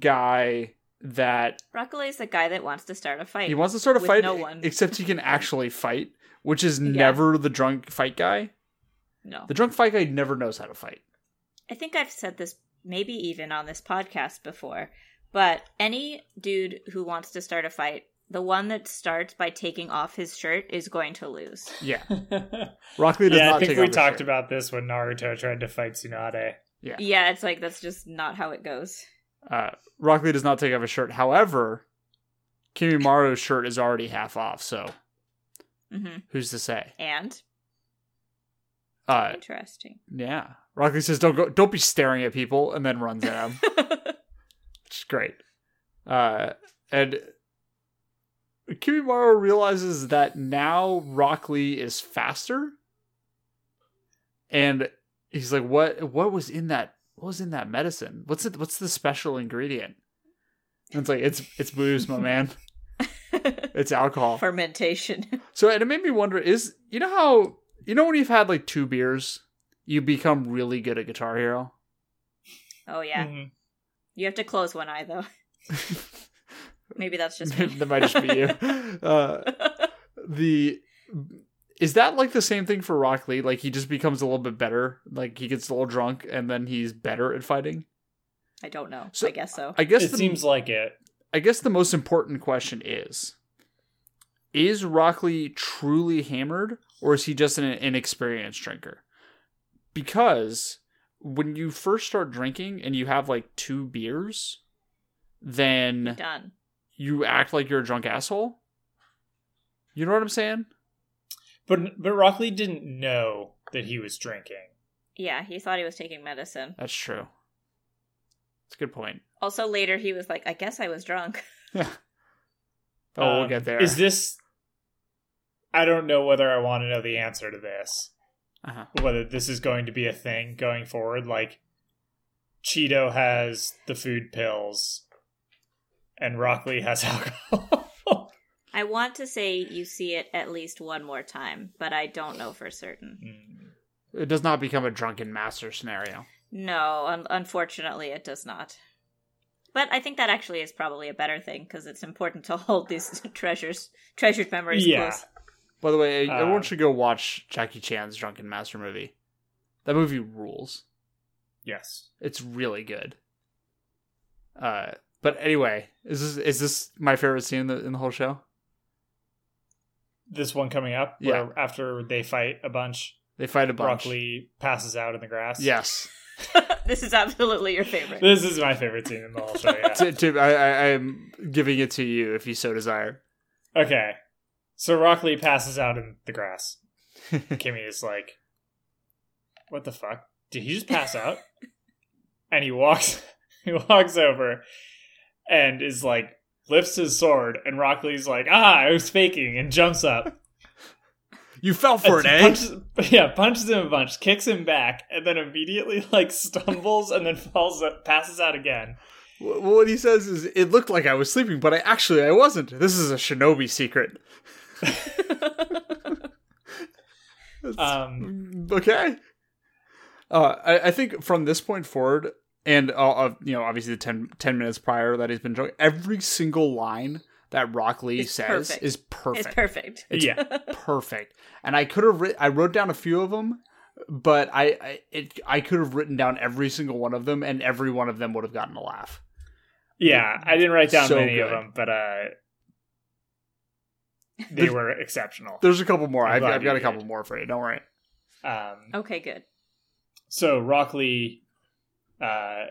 Speaker 1: guy that
Speaker 3: Broccoli is the guy that wants to start a fight.
Speaker 1: he wants to start a
Speaker 3: With
Speaker 1: fight,
Speaker 3: no one.
Speaker 1: except he can actually fight, which is
Speaker 3: Yeah.
Speaker 1: never the drunk fight guy.
Speaker 3: no.
Speaker 1: The drunk fight guy never knows how to fight.
Speaker 3: I think I've said this maybe even on this podcast before, but any dude who wants to start a fight, the one that starts by taking off his shirt is going to lose.
Speaker 1: Yeah,
Speaker 2: yeah,
Speaker 1: Rockley does not
Speaker 2: I think
Speaker 1: take
Speaker 2: we
Speaker 1: off his
Speaker 2: talked
Speaker 1: shirt.
Speaker 2: about this when Naruto tried to fight Tsunade.
Speaker 1: Yeah.
Speaker 3: Yeah, it's like that's just not how it goes.
Speaker 1: Uh, Rock Lee does not take off his shirt. However, Kimimaru's shirt is already half off, so
Speaker 3: hmm
Speaker 1: who's to say?
Speaker 3: And
Speaker 1: Uh,
Speaker 3: interesting.
Speaker 1: yeah. Rock Lee says, "Don't go, don't be staring at people," and then runs at him, which is great. Uh, and Kimimaru realizes that now Rock Lee is faster, and he's like, "What? What was in that? What was in that medicine? What's it? What's the special ingredient?" And it's like, "It's it's booze, my man. It's alcohol."
Speaker 3: Fermentation.
Speaker 1: So and it made me wonder is you know how you know when you've had like two beers, you become really good at Guitar Hero?
Speaker 3: Oh yeah.
Speaker 2: Mhm.
Speaker 3: You have to close one eye though. Maybe that's just me.
Speaker 1: that might just be you. Uh, the is that like the same thing for Rock Lee? Like he just becomes a little bit better, like he gets a little drunk and then he's better at fighting?
Speaker 3: I don't know.
Speaker 1: So-
Speaker 3: I guess so.
Speaker 1: I guess
Speaker 2: It
Speaker 1: the,
Speaker 2: seems like it.
Speaker 1: I guess the most important question is is Rockley truly hammered or is he just an inexperienced drinker? Because when you first start drinking and you have like two beers, then
Speaker 3: Done.
Speaker 1: you act like you're a drunk asshole. You know what I'm saying?
Speaker 2: But but Rock Lee didn't know that he was drinking.
Speaker 3: Yeah, he thought he was taking medicine.
Speaker 1: That's true. That's a good point.
Speaker 3: Also later he was like, I guess I was drunk.
Speaker 1: Oh, we'll
Speaker 2: Um,
Speaker 1: get there.
Speaker 2: Is this? I don't know whether I want to know the answer to this.
Speaker 1: uh-huh.
Speaker 2: Whether this is going to be a thing going forward, like Cheeto has the food pills, and Rockley has alcohol.
Speaker 3: I want to say you see it at least one more time, but I don't know for certain.
Speaker 2: Mm.
Speaker 1: It does not become a drunken master scenario.
Speaker 3: No, un- unfortunately, it does not. But I think that actually is probably a better thing because it's important to hold these treasures, treasured memories
Speaker 2: Yeah.
Speaker 3: close.
Speaker 1: By the way, everyone
Speaker 2: Um,
Speaker 1: should go watch Jackie Chan's Drunken Master movie. That movie rules.
Speaker 2: yes.
Speaker 1: It's really good. Uh, but anyway, is this is this my favorite scene in the, in the whole show?
Speaker 2: This one coming up, where after they fight a bunch,
Speaker 1: They fight a
Speaker 2: Broccoli
Speaker 1: bunch.
Speaker 2: passes out in the grass.
Speaker 1: Yes,
Speaker 3: this is absolutely your favorite.
Speaker 2: This is my favorite scene in the whole show. Yeah.
Speaker 1: Ti- Tim, I, I, I'm giving it to you if you so desire.
Speaker 2: Okay. So Rockley passes out in the grass. Kimmy is like, "What the fuck? Did he just pass out?" and he walks he walks over and is like lifts his sword and Rockley's like, "Ah, I was faking." and jumps up.
Speaker 1: You fell for it,
Speaker 2: And
Speaker 1: eh?
Speaker 2: punches- yeah, punches him a bunch, kicks him back, and then immediately like stumbles and then falls up, passes out again.
Speaker 1: Wh- What he says is, "It looked like I was sleeping, but I actually I wasn't. This is a shinobi secret."
Speaker 2: Um
Speaker 1: okay. Uh, I, I think from this point forward, and uh, uh, you know, obviously the 10, 10 minutes prior that he's been drunk, every single line that Rock Lee
Speaker 3: It's
Speaker 1: says
Speaker 3: perfect.
Speaker 1: is perfect.
Speaker 3: It's perfect.
Speaker 1: It's
Speaker 2: yeah.
Speaker 1: perfect. And I could have writ- I wrote down a few of them, but I I, it, I could have written down every single one of them, and every one of them would have gotten a laugh.
Speaker 2: Yeah, I didn't write down
Speaker 1: So
Speaker 2: many of
Speaker 1: good.
Speaker 2: them, but uh, they
Speaker 1: There's-
Speaker 2: were exceptional.
Speaker 1: There's a couple more.
Speaker 2: I'm
Speaker 1: I've,
Speaker 2: glad
Speaker 1: I've
Speaker 2: you
Speaker 1: got a
Speaker 2: did.
Speaker 1: couple more for you. Don't worry.
Speaker 2: Um,
Speaker 3: Okay, good.
Speaker 2: So Rockley uh,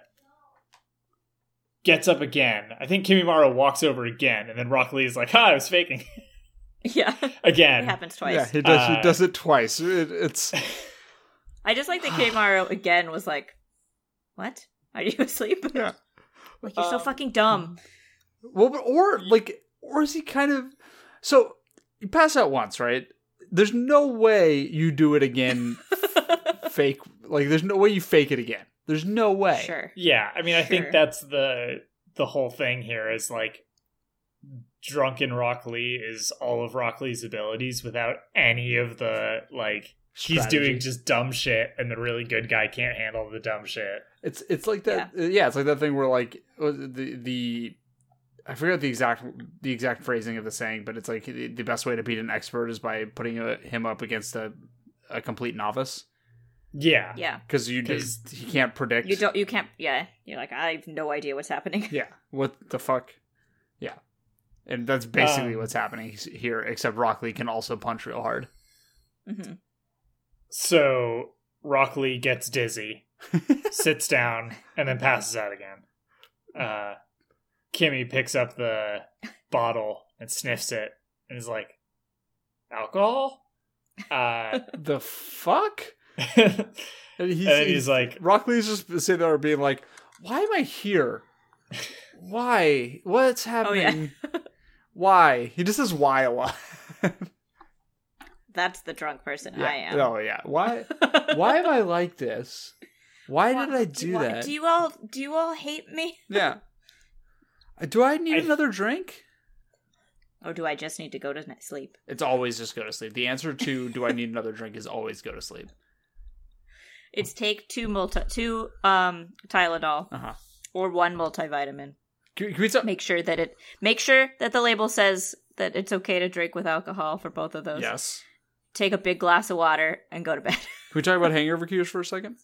Speaker 2: gets up again. I think Kimimaro walks over again, and then Rock Lee is like, "Ha, I was faking
Speaker 3: Yeah, it
Speaker 2: again."
Speaker 3: happens
Speaker 1: Yeah,
Speaker 3: twice.
Speaker 1: he does.
Speaker 2: Uh,
Speaker 1: he does it twice. It, it's
Speaker 3: I just like that Kimaro again was like, "What? Are you asleep?
Speaker 1: Yeah.
Speaker 3: like you're so
Speaker 2: Um,
Speaker 3: fucking dumb."
Speaker 1: well, but or like, or is he kind of? So you pass out once, right? There's no way you do it again. fake, like, there's no way you fake it again. There's no way.
Speaker 3: Sure.
Speaker 2: Yeah, I mean, I think
Speaker 3: Sure.
Speaker 2: that's the the whole thing here is like drunken Rock Lee is all of Rock Lee's abilities without any of the like he's
Speaker 1: Strategy.
Speaker 2: doing just dumb shit, and the really good guy can't handle the dumb shit.
Speaker 1: It's it's like that. Yeah, it's like that thing where like uh, the the I forget the exact the exact phrasing of the saying, but it's like the, the best way to beat an expert is by putting uh him up against a a complete novice
Speaker 2: Yeah,
Speaker 3: Yeah.
Speaker 1: because you just he can't predict.
Speaker 3: You don't. You can't. Yeah. You're like, I have no idea what's happening.
Speaker 1: Yeah. What the fuck? Yeah. And that's basically
Speaker 2: Um,
Speaker 1: what's happening here, except Rockley can also punch real hard.
Speaker 3: hmm
Speaker 2: So Rock Lee gets dizzy, sits down, and then passes out again. Uh, Kimmy picks up the bottle and sniffs it and is like, alcohol? Uh,
Speaker 1: The fuck?
Speaker 2: and
Speaker 1: And he's,
Speaker 2: then he's like,
Speaker 1: Rockley's just sitting there being like, "Why am I here? Why? What's happening? Why?" He just says "why" a lot.
Speaker 3: That's the drunk person
Speaker 1: yeah.
Speaker 3: I am.
Speaker 1: Oh yeah. Why? Why am I like this? Why
Speaker 3: Why-
Speaker 1: did I do
Speaker 3: why-
Speaker 1: that?
Speaker 3: Do you all? Do you all hate me,
Speaker 1: yeah. "Uh, Do I need
Speaker 2: I-
Speaker 1: another drink?
Speaker 3: or do I just need to go to n- sleep?
Speaker 1: It's always just go to sleep. The answer to "Do I need another drink?" is always go to sleep.
Speaker 3: It's take two multi, two um Tylenol
Speaker 1: Uh huh.
Speaker 3: or one multivitamin.
Speaker 1: Can, can we talk?
Speaker 3: Make sure that it. Make sure that the label says that it's okay to drink with alcohol for both of those.
Speaker 1: Yes.
Speaker 3: Take a big glass of water and go to bed.
Speaker 1: Can we talk about hangover cures for a second?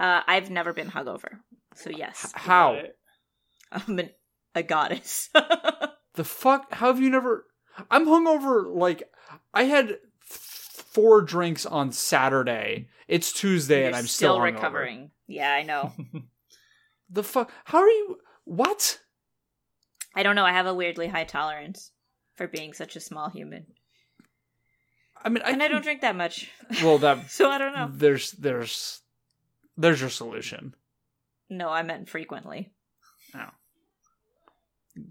Speaker 3: Uh, I've never been hungover, so yes,
Speaker 1: H- how?
Speaker 3: I'm an, a goddess.
Speaker 1: The fuck? How have you never? I'm hungover. Like I had f- four drinks on Saturday. It's Tuesday
Speaker 3: You're
Speaker 1: and I'm still, hungover.
Speaker 3: recovering. Yeah, I know.
Speaker 1: The fuck? How are you? What?
Speaker 3: I don't know. I have a weirdly high tolerance for being such a small human,
Speaker 1: I mean, I, Mm.
Speaker 3: and I don't drink that much,
Speaker 1: Well, that
Speaker 3: so I don't know.
Speaker 1: there's there's there's your solution.
Speaker 3: No, I meant frequently.
Speaker 1: Oh.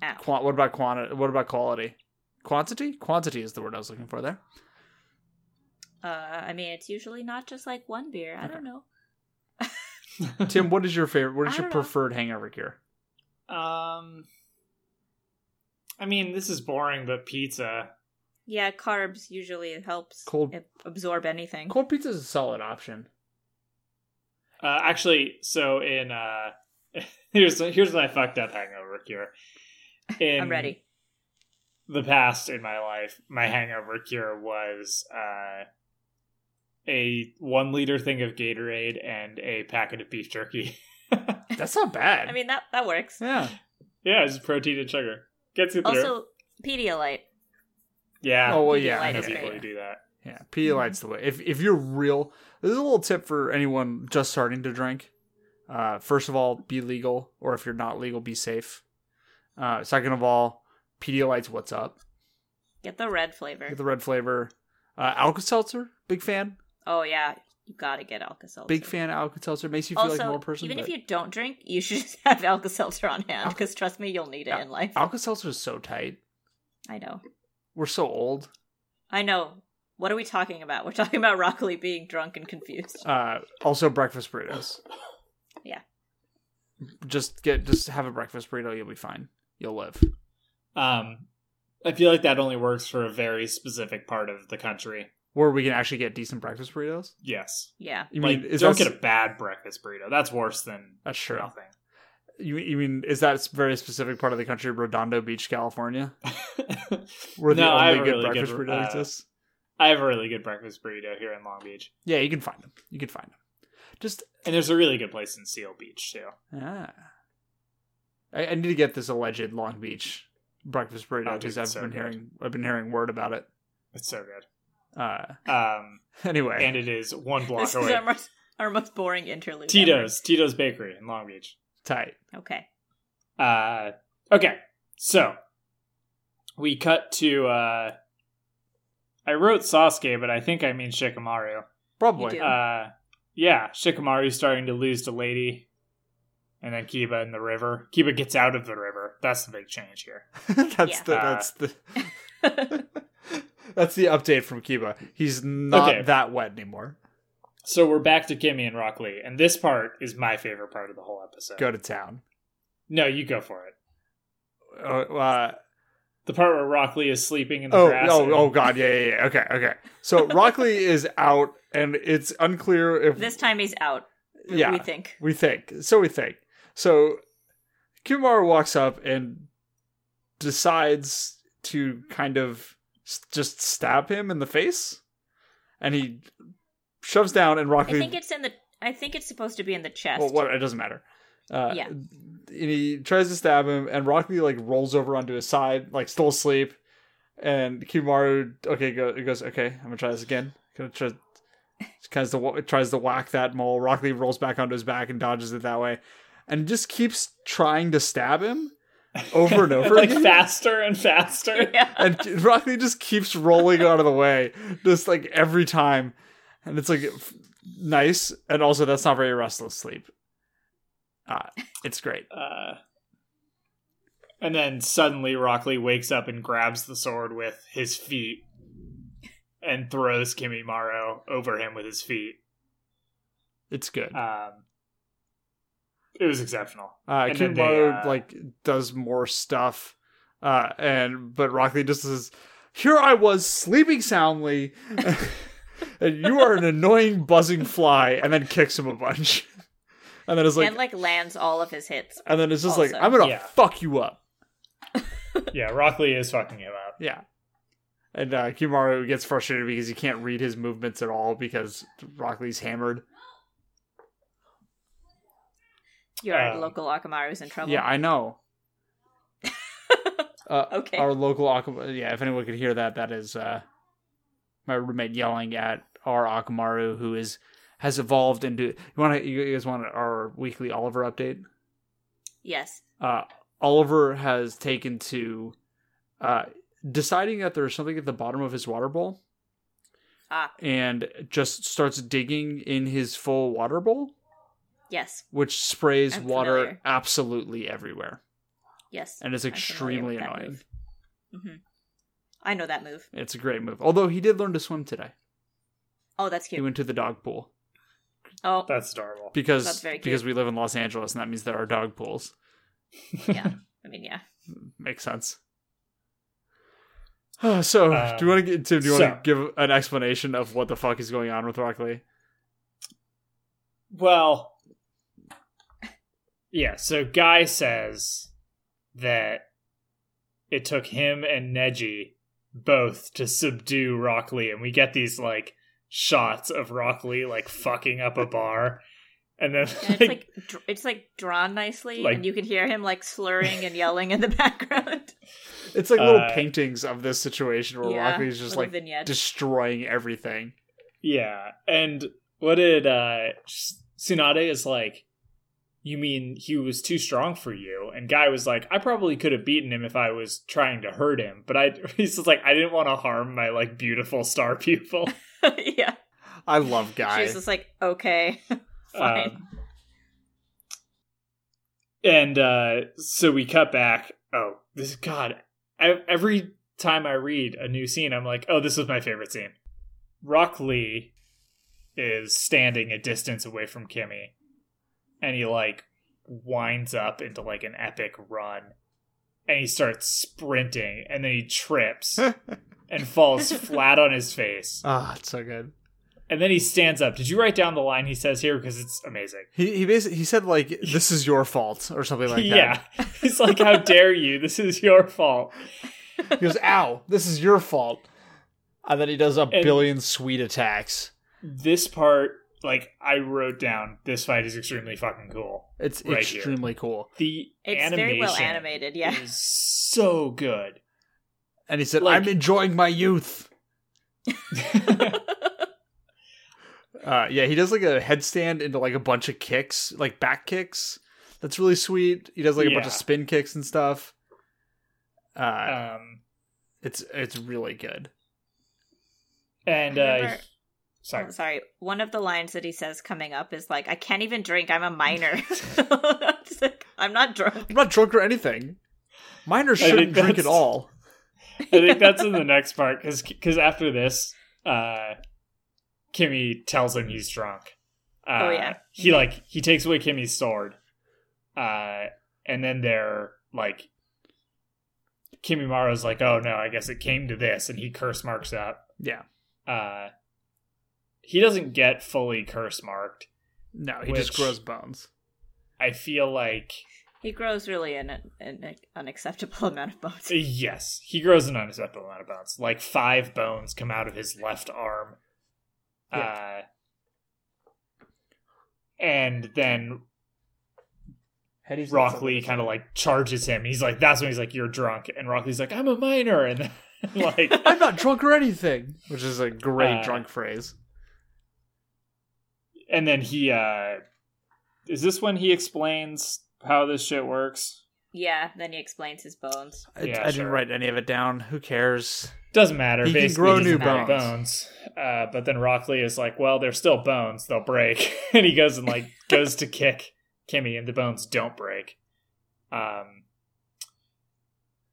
Speaker 3: Ow.
Speaker 1: Qua- what about quantity? What about quality? Quantity? Quantity is the word I was looking for there.
Speaker 3: Uh, I mean, it's usually not just like one beer. I don't know.
Speaker 1: Tim, what is your favorite? What is
Speaker 3: I
Speaker 1: your
Speaker 3: don't know.
Speaker 1: preferred hangover cure?
Speaker 2: um, I mean, this is boring, but pizza.
Speaker 3: Yeah, carbs usually helps
Speaker 1: Cold-
Speaker 3: ab- absorb anything.
Speaker 1: Cold pizza is a solid option.
Speaker 2: Uh, actually, so in uh, here's here's my fucked up hangover cure. In
Speaker 3: I'm ready.
Speaker 2: the past in my life, my hangover cure was uh, a one liter thing of Gatorade and a packet of beef jerky. yeah,
Speaker 1: That's not bad.
Speaker 3: I mean that that works.
Speaker 1: yeah.
Speaker 2: it's protein and sugar. Gets you through.
Speaker 3: Also, Pedialyte.
Speaker 2: yeah,
Speaker 1: Oh well,
Speaker 3: you do
Speaker 1: yeah.
Speaker 3: like
Speaker 2: I know
Speaker 3: it's
Speaker 2: people
Speaker 3: great.
Speaker 2: who do that.
Speaker 1: Yeah, Pedialyte's the way. If if you're real, this is a little tip for anyone just starting to drink. Uh, first of all, be legal, or if you're not legal, be safe. Uh, second of all, Pedialyte's what's up.
Speaker 3: Get the red flavor.
Speaker 1: Get the red flavor. Uh, Alka Seltzer, big fan,
Speaker 3: oh yeah, you gotta get Alka Seltzer.
Speaker 1: big fan. of Alka Seltzer makes you feel
Speaker 3: Also,
Speaker 1: like a normal person.
Speaker 3: even if
Speaker 1: but
Speaker 3: you don't drink, you should just have Alka Seltzer on hand because trust me, you'll need it
Speaker 1: Al-
Speaker 3: in life.
Speaker 1: Alka Seltzer is so tight.
Speaker 3: I know.
Speaker 1: We're so old.
Speaker 3: I know. What are we talking about? We're talking about Rockley being drunk and confused.
Speaker 1: Uh, also, breakfast burritos.
Speaker 3: Yeah.
Speaker 1: Just get just have a breakfast burrito. You'll be fine. You'll live.
Speaker 2: Um, I feel like that only works for a very specific part of the country.
Speaker 1: Where we can actually get decent breakfast burritos.
Speaker 2: Yes,
Speaker 3: Yeah.
Speaker 1: You
Speaker 2: like
Speaker 1: mean is
Speaker 2: don't
Speaker 1: that
Speaker 2: get a bad breakfast burrito. That's worse than
Speaker 1: That's true.
Speaker 2: nothing.
Speaker 1: You, you mean is that very specific part of the country, Redondo Beach, California, where the
Speaker 2: no, I
Speaker 1: only
Speaker 2: have a
Speaker 1: good
Speaker 2: really
Speaker 1: breakfast
Speaker 2: good,
Speaker 1: burrito
Speaker 2: uh,
Speaker 1: exists?
Speaker 2: I have a really good breakfast burrito here in Long Beach,
Speaker 1: Yeah, you can find them. You can find them. Just
Speaker 2: and there's a really good place in Seal Beach too.
Speaker 1: ah. I, I need to get this alleged Long Beach breakfast burrito
Speaker 2: Oh, dude,
Speaker 1: because I've
Speaker 2: it's so
Speaker 1: been
Speaker 2: good.
Speaker 1: hearing I've been hearing word about it.
Speaker 2: It's so good.
Speaker 1: Uh,
Speaker 2: Um,
Speaker 1: anyway,
Speaker 2: and it is one block
Speaker 3: This is
Speaker 2: away.
Speaker 3: our most, our most boring interlude. ever.
Speaker 2: Tito's, Tito's Bakery in Long Beach.
Speaker 1: tight.
Speaker 3: Okay.
Speaker 2: Uh, okay, so we cut to. Uh, I wrote Sasuke, but I think I mean Shikamaru.
Speaker 1: Probably.
Speaker 3: You do.
Speaker 2: Uh, yeah, Shikamaru's starting to lose to Lady, and then Kiba in the river. Kiba gets out of the river. That's the big change here.
Speaker 1: that's
Speaker 3: Yeah.
Speaker 1: the
Speaker 2: Uh,
Speaker 1: that's the that's the update from Kiba. He's not
Speaker 2: Okay.
Speaker 1: that wet anymore.
Speaker 2: So we're back to Kimmy and Rock Lee, and this part is my favorite part of the whole episode.
Speaker 1: Go to town.
Speaker 2: No, you go for it.
Speaker 1: Uh, uh,
Speaker 2: The part where Rock Lee is sleeping in the
Speaker 1: oh,
Speaker 2: grass.
Speaker 1: oh,
Speaker 2: and-
Speaker 1: oh, God! Yeah, yeah, yeah. Okay, okay. So Rockley is out, and it's unclear if
Speaker 3: this time he's out.
Speaker 1: Yeah.
Speaker 3: We think.
Speaker 1: we think. So we think. So Kumar walks up and decides to kind of s- just stab him in the face, and he shoves down, and
Speaker 3: I
Speaker 1: Rockley.
Speaker 3: think it's in the. I think it's supposed to be in the chest.
Speaker 1: Well, what it doesn't matter. Uh,
Speaker 3: Yeah.
Speaker 1: And he tries to stab him, and Rocky like rolls over onto his side, like still asleep. And Kimaru, okay, go, he goes, okay, I'm gonna try this again. Gonna try, tries to wha- tries to whack that mole. Rocky rolls back onto his back and dodges it that way, and just keeps trying to stab him over and over
Speaker 2: like
Speaker 1: again.
Speaker 2: faster and faster.
Speaker 3: Yeah.
Speaker 1: And Rocky just keeps rolling out of the way, just like every time, and it's like f- nice, and also that's not very restless sleep. Uh, it's great.
Speaker 2: Uh, and then suddenly Rock Lee wakes up and grabs the sword with his feet and throws Kimmy Morrow over him with his feet.
Speaker 1: It's good. Uh,
Speaker 2: Um, it was exceptional. and then they,
Speaker 1: Kimaru
Speaker 2: uh,
Speaker 1: like does more stuff, uh, and but Rockley just says, "Here I was sleeping soundly, and you are an annoying buzzing fly," and then kicks him a bunch, and then it's like,
Speaker 3: and like lands all of his hits.
Speaker 1: and then it's just like,
Speaker 3: also.
Speaker 1: "I'm gonna
Speaker 2: Yeah.
Speaker 1: fuck you up."
Speaker 2: Yeah, Rock Lee is fucking him up.
Speaker 1: Yeah. And uh, Kimaru gets frustrated because he can't read his movements at all because Rockley's hammered.
Speaker 3: Your
Speaker 2: Um,
Speaker 3: local Akamaru's in trouble.
Speaker 1: Uh, Yeah, I know. uh,
Speaker 3: Okay.
Speaker 1: Our local Akamaru. Yeah, if anyone could hear that, that is uh, my roommate yelling at our Akamaru, who is has evolved into. You want to? You guys want our weekly Oliver update?
Speaker 3: yes.
Speaker 1: uh, Oliver has taken to uh, deciding that there's something at the bottom of his water bowl
Speaker 3: Ah.
Speaker 1: and just starts digging in his full water bowl,
Speaker 3: Yes.
Speaker 1: which sprays
Speaker 3: I'm
Speaker 1: water
Speaker 3: familiar.
Speaker 1: absolutely everywhere.
Speaker 3: Yes.
Speaker 1: And it's
Speaker 3: I'm familiar
Speaker 1: extremely
Speaker 3: with that
Speaker 1: annoying.
Speaker 3: move. Mhm. I know that move.
Speaker 1: It's a great move. Although he did learn to swim today.
Speaker 3: Oh, that's
Speaker 1: He
Speaker 3: cute.
Speaker 1: went to the dog pool
Speaker 3: Oh,
Speaker 2: That's adorable.
Speaker 1: because
Speaker 3: That's very cute.
Speaker 1: because we live in Los Angeles and that means there are dog pools.
Speaker 3: yeah. I mean, yeah.
Speaker 1: Makes sense. so, do you want to get Tim? Do you
Speaker 2: so-
Speaker 1: want to give an explanation of what the fuck is going on with Rockley?
Speaker 2: Well, yeah, so Guy says that it took him and Neji both to subdue Rock Lee, and we get these like shots of Rock Lee like fucking up a bar. And then
Speaker 3: And it's
Speaker 2: like,
Speaker 3: like dr- it's like drawn nicely,
Speaker 2: Like-
Speaker 3: and you can hear him like slurring and yelling in the background.
Speaker 1: It's like little
Speaker 2: Uh,
Speaker 1: paintings of this situation where
Speaker 3: yeah,
Speaker 1: Rockley's just
Speaker 3: little
Speaker 1: like
Speaker 3: vignette.
Speaker 1: destroying everything.
Speaker 2: Yeah. And what did uh S- Tsunade is like, you mean he was too strong for you? And Guy was like, I probably could have beaten him if I was trying to hurt him, but I he's just like, I didn't want to harm my like beautiful star pupil.
Speaker 3: yeah,
Speaker 1: I love Guy.
Speaker 3: she's just like, okay, fine.
Speaker 2: Um, and uh so we cut back. Oh, this god. I, every time I read a new scene, I'm like, oh, this was my favorite scene. Rock Lee is standing a distance away from Kimmy, and he like winds up into like an epic run, and he starts sprinting, and then he trips and falls flat on his face,
Speaker 1: Ah, it's so good.
Speaker 2: and then he stands up. Did you write down the line he says here because it's amazing?
Speaker 1: He he basically he said like this is your fault or something like
Speaker 2: yeah.
Speaker 1: that.
Speaker 2: He's like, how dare you? This is your fault.
Speaker 1: He goes, "Ow, this is your fault," and then he does a billion sweet attacks.
Speaker 2: This part, like, I wrote down, this fight is extremely fucking cool.
Speaker 1: It's
Speaker 2: Right here.
Speaker 1: extremely cool.
Speaker 2: The
Speaker 3: It's
Speaker 2: animation
Speaker 3: very well animated. Yeah,
Speaker 2: is so good.
Speaker 1: And he said,
Speaker 2: Like-
Speaker 1: "I'm enjoying my youth." Uh, yeah, he does like a headstand into like a bunch of kicks, like back kicks That's really sweet. He does like a bunch
Speaker 2: Yeah.
Speaker 1: of spin kicks and stuff. Uh,
Speaker 2: Um,
Speaker 1: it's it's really good.
Speaker 2: and
Speaker 3: I
Speaker 2: uh,
Speaker 3: remember-
Speaker 2: sorry,
Speaker 3: Oh, sorry. One of the lines that he says coming up is like, "I can't even drink. I'm a minor. It's like, I'm not drunk."
Speaker 1: I'm not drunk or anything. Minors
Speaker 2: I think
Speaker 1: shouldn't drink at
Speaker 2: that's-
Speaker 1: all.
Speaker 2: I think that's in the next part because after this, uh, Kimmy tells him he's drunk. Uh,
Speaker 3: Oh, yeah.
Speaker 2: he like he takes away Kimmy's sword, uh, and then they're like, Kimmy Mara's like, oh no, I guess it came to this, and he curse marks up.
Speaker 1: Yeah.
Speaker 2: Uh, he doesn't get fully curse marked.
Speaker 1: No, he just
Speaker 2: Which-
Speaker 1: grows bones.
Speaker 2: I feel like
Speaker 3: He grows really an, an unacceptable amount of bones.
Speaker 2: yes, he grows an unacceptable amount of bones. Like five bones come out of his left arm. Uh, and then
Speaker 1: Hetty's
Speaker 2: Rock Lee kind of like charges him. He's like, "That's when he's like, you're drunk." And Rock Lee's like, "I'm a minor," and then, like,
Speaker 1: I'm not drunk or anything, which is a great
Speaker 2: Uh,
Speaker 1: drunk phrase.
Speaker 2: and then he uh, is this when he explains how this shit works?
Speaker 3: Yeah. Then he explains his bones.
Speaker 1: I,
Speaker 2: yeah,
Speaker 1: I didn't
Speaker 2: sure.
Speaker 1: write any of it down. Who cares?
Speaker 2: Doesn't matter.
Speaker 1: He can
Speaker 2: basically,
Speaker 1: grow
Speaker 2: he
Speaker 1: new
Speaker 2: doesn't have
Speaker 1: bones.
Speaker 2: bones. Uh, but then Rock Lee is like, "Well, they're still bones. They'll break." and he goes and like goes to kick Kimmy, and the bones don't break. Um,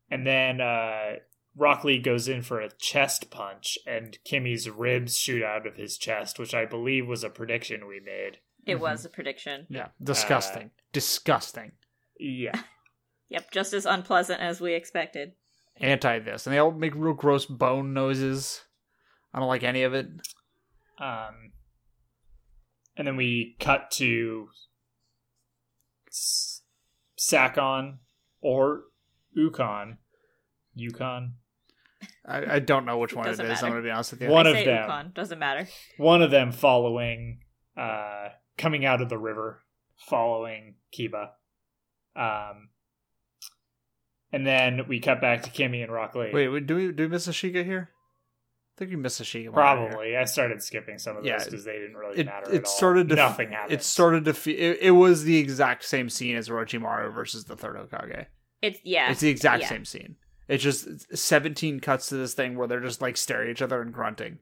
Speaker 2: and then uh, Rock Lee goes in for a chest punch, and Kimmy's ribs shoot out of his chest, which I believe was a prediction we made.
Speaker 1: Mhm.
Speaker 3: It
Speaker 2: Mm-hmm.
Speaker 3: was a prediction.
Speaker 1: Yeah, disgusting, disgusting.
Speaker 2: Yeah,
Speaker 3: Yep. Just as unpleasant as we expected.
Speaker 1: Anti this, and they all make real gross bone noises. I don't like any of it.
Speaker 2: Um, and then we cut to S- Sakon or Ukon. Yukon.
Speaker 1: I, I don't know which one it
Speaker 3: Doesn't
Speaker 1: is. I'm
Speaker 3: matter.
Speaker 1: gonna be honest with you.
Speaker 2: One
Speaker 3: I
Speaker 2: of
Speaker 3: say
Speaker 2: them.
Speaker 3: Ukon, Doesn't matter.
Speaker 2: One of them following, uh, coming out of the river, following Kiba. Um, and then we cut back to Kimmy and Rock Lee.
Speaker 1: Wait, wait, do we do we miss a Sheikah here? I think we miss a Sheikah. when we were here.
Speaker 2: Probably. I started skipping some of
Speaker 1: Yeah,
Speaker 2: those because they didn't really
Speaker 1: It,
Speaker 2: matter at
Speaker 1: it
Speaker 2: all.
Speaker 1: started to f-
Speaker 2: Nothing happened.
Speaker 1: It started to feel. It, it was the exact same scene as Orochimaru versus the third Hokage.
Speaker 3: It's yeah.
Speaker 1: It's the exact
Speaker 3: yeah.
Speaker 1: same scene. It's just it's 17 cuts to this thing where they're just like staring at each other and grunting.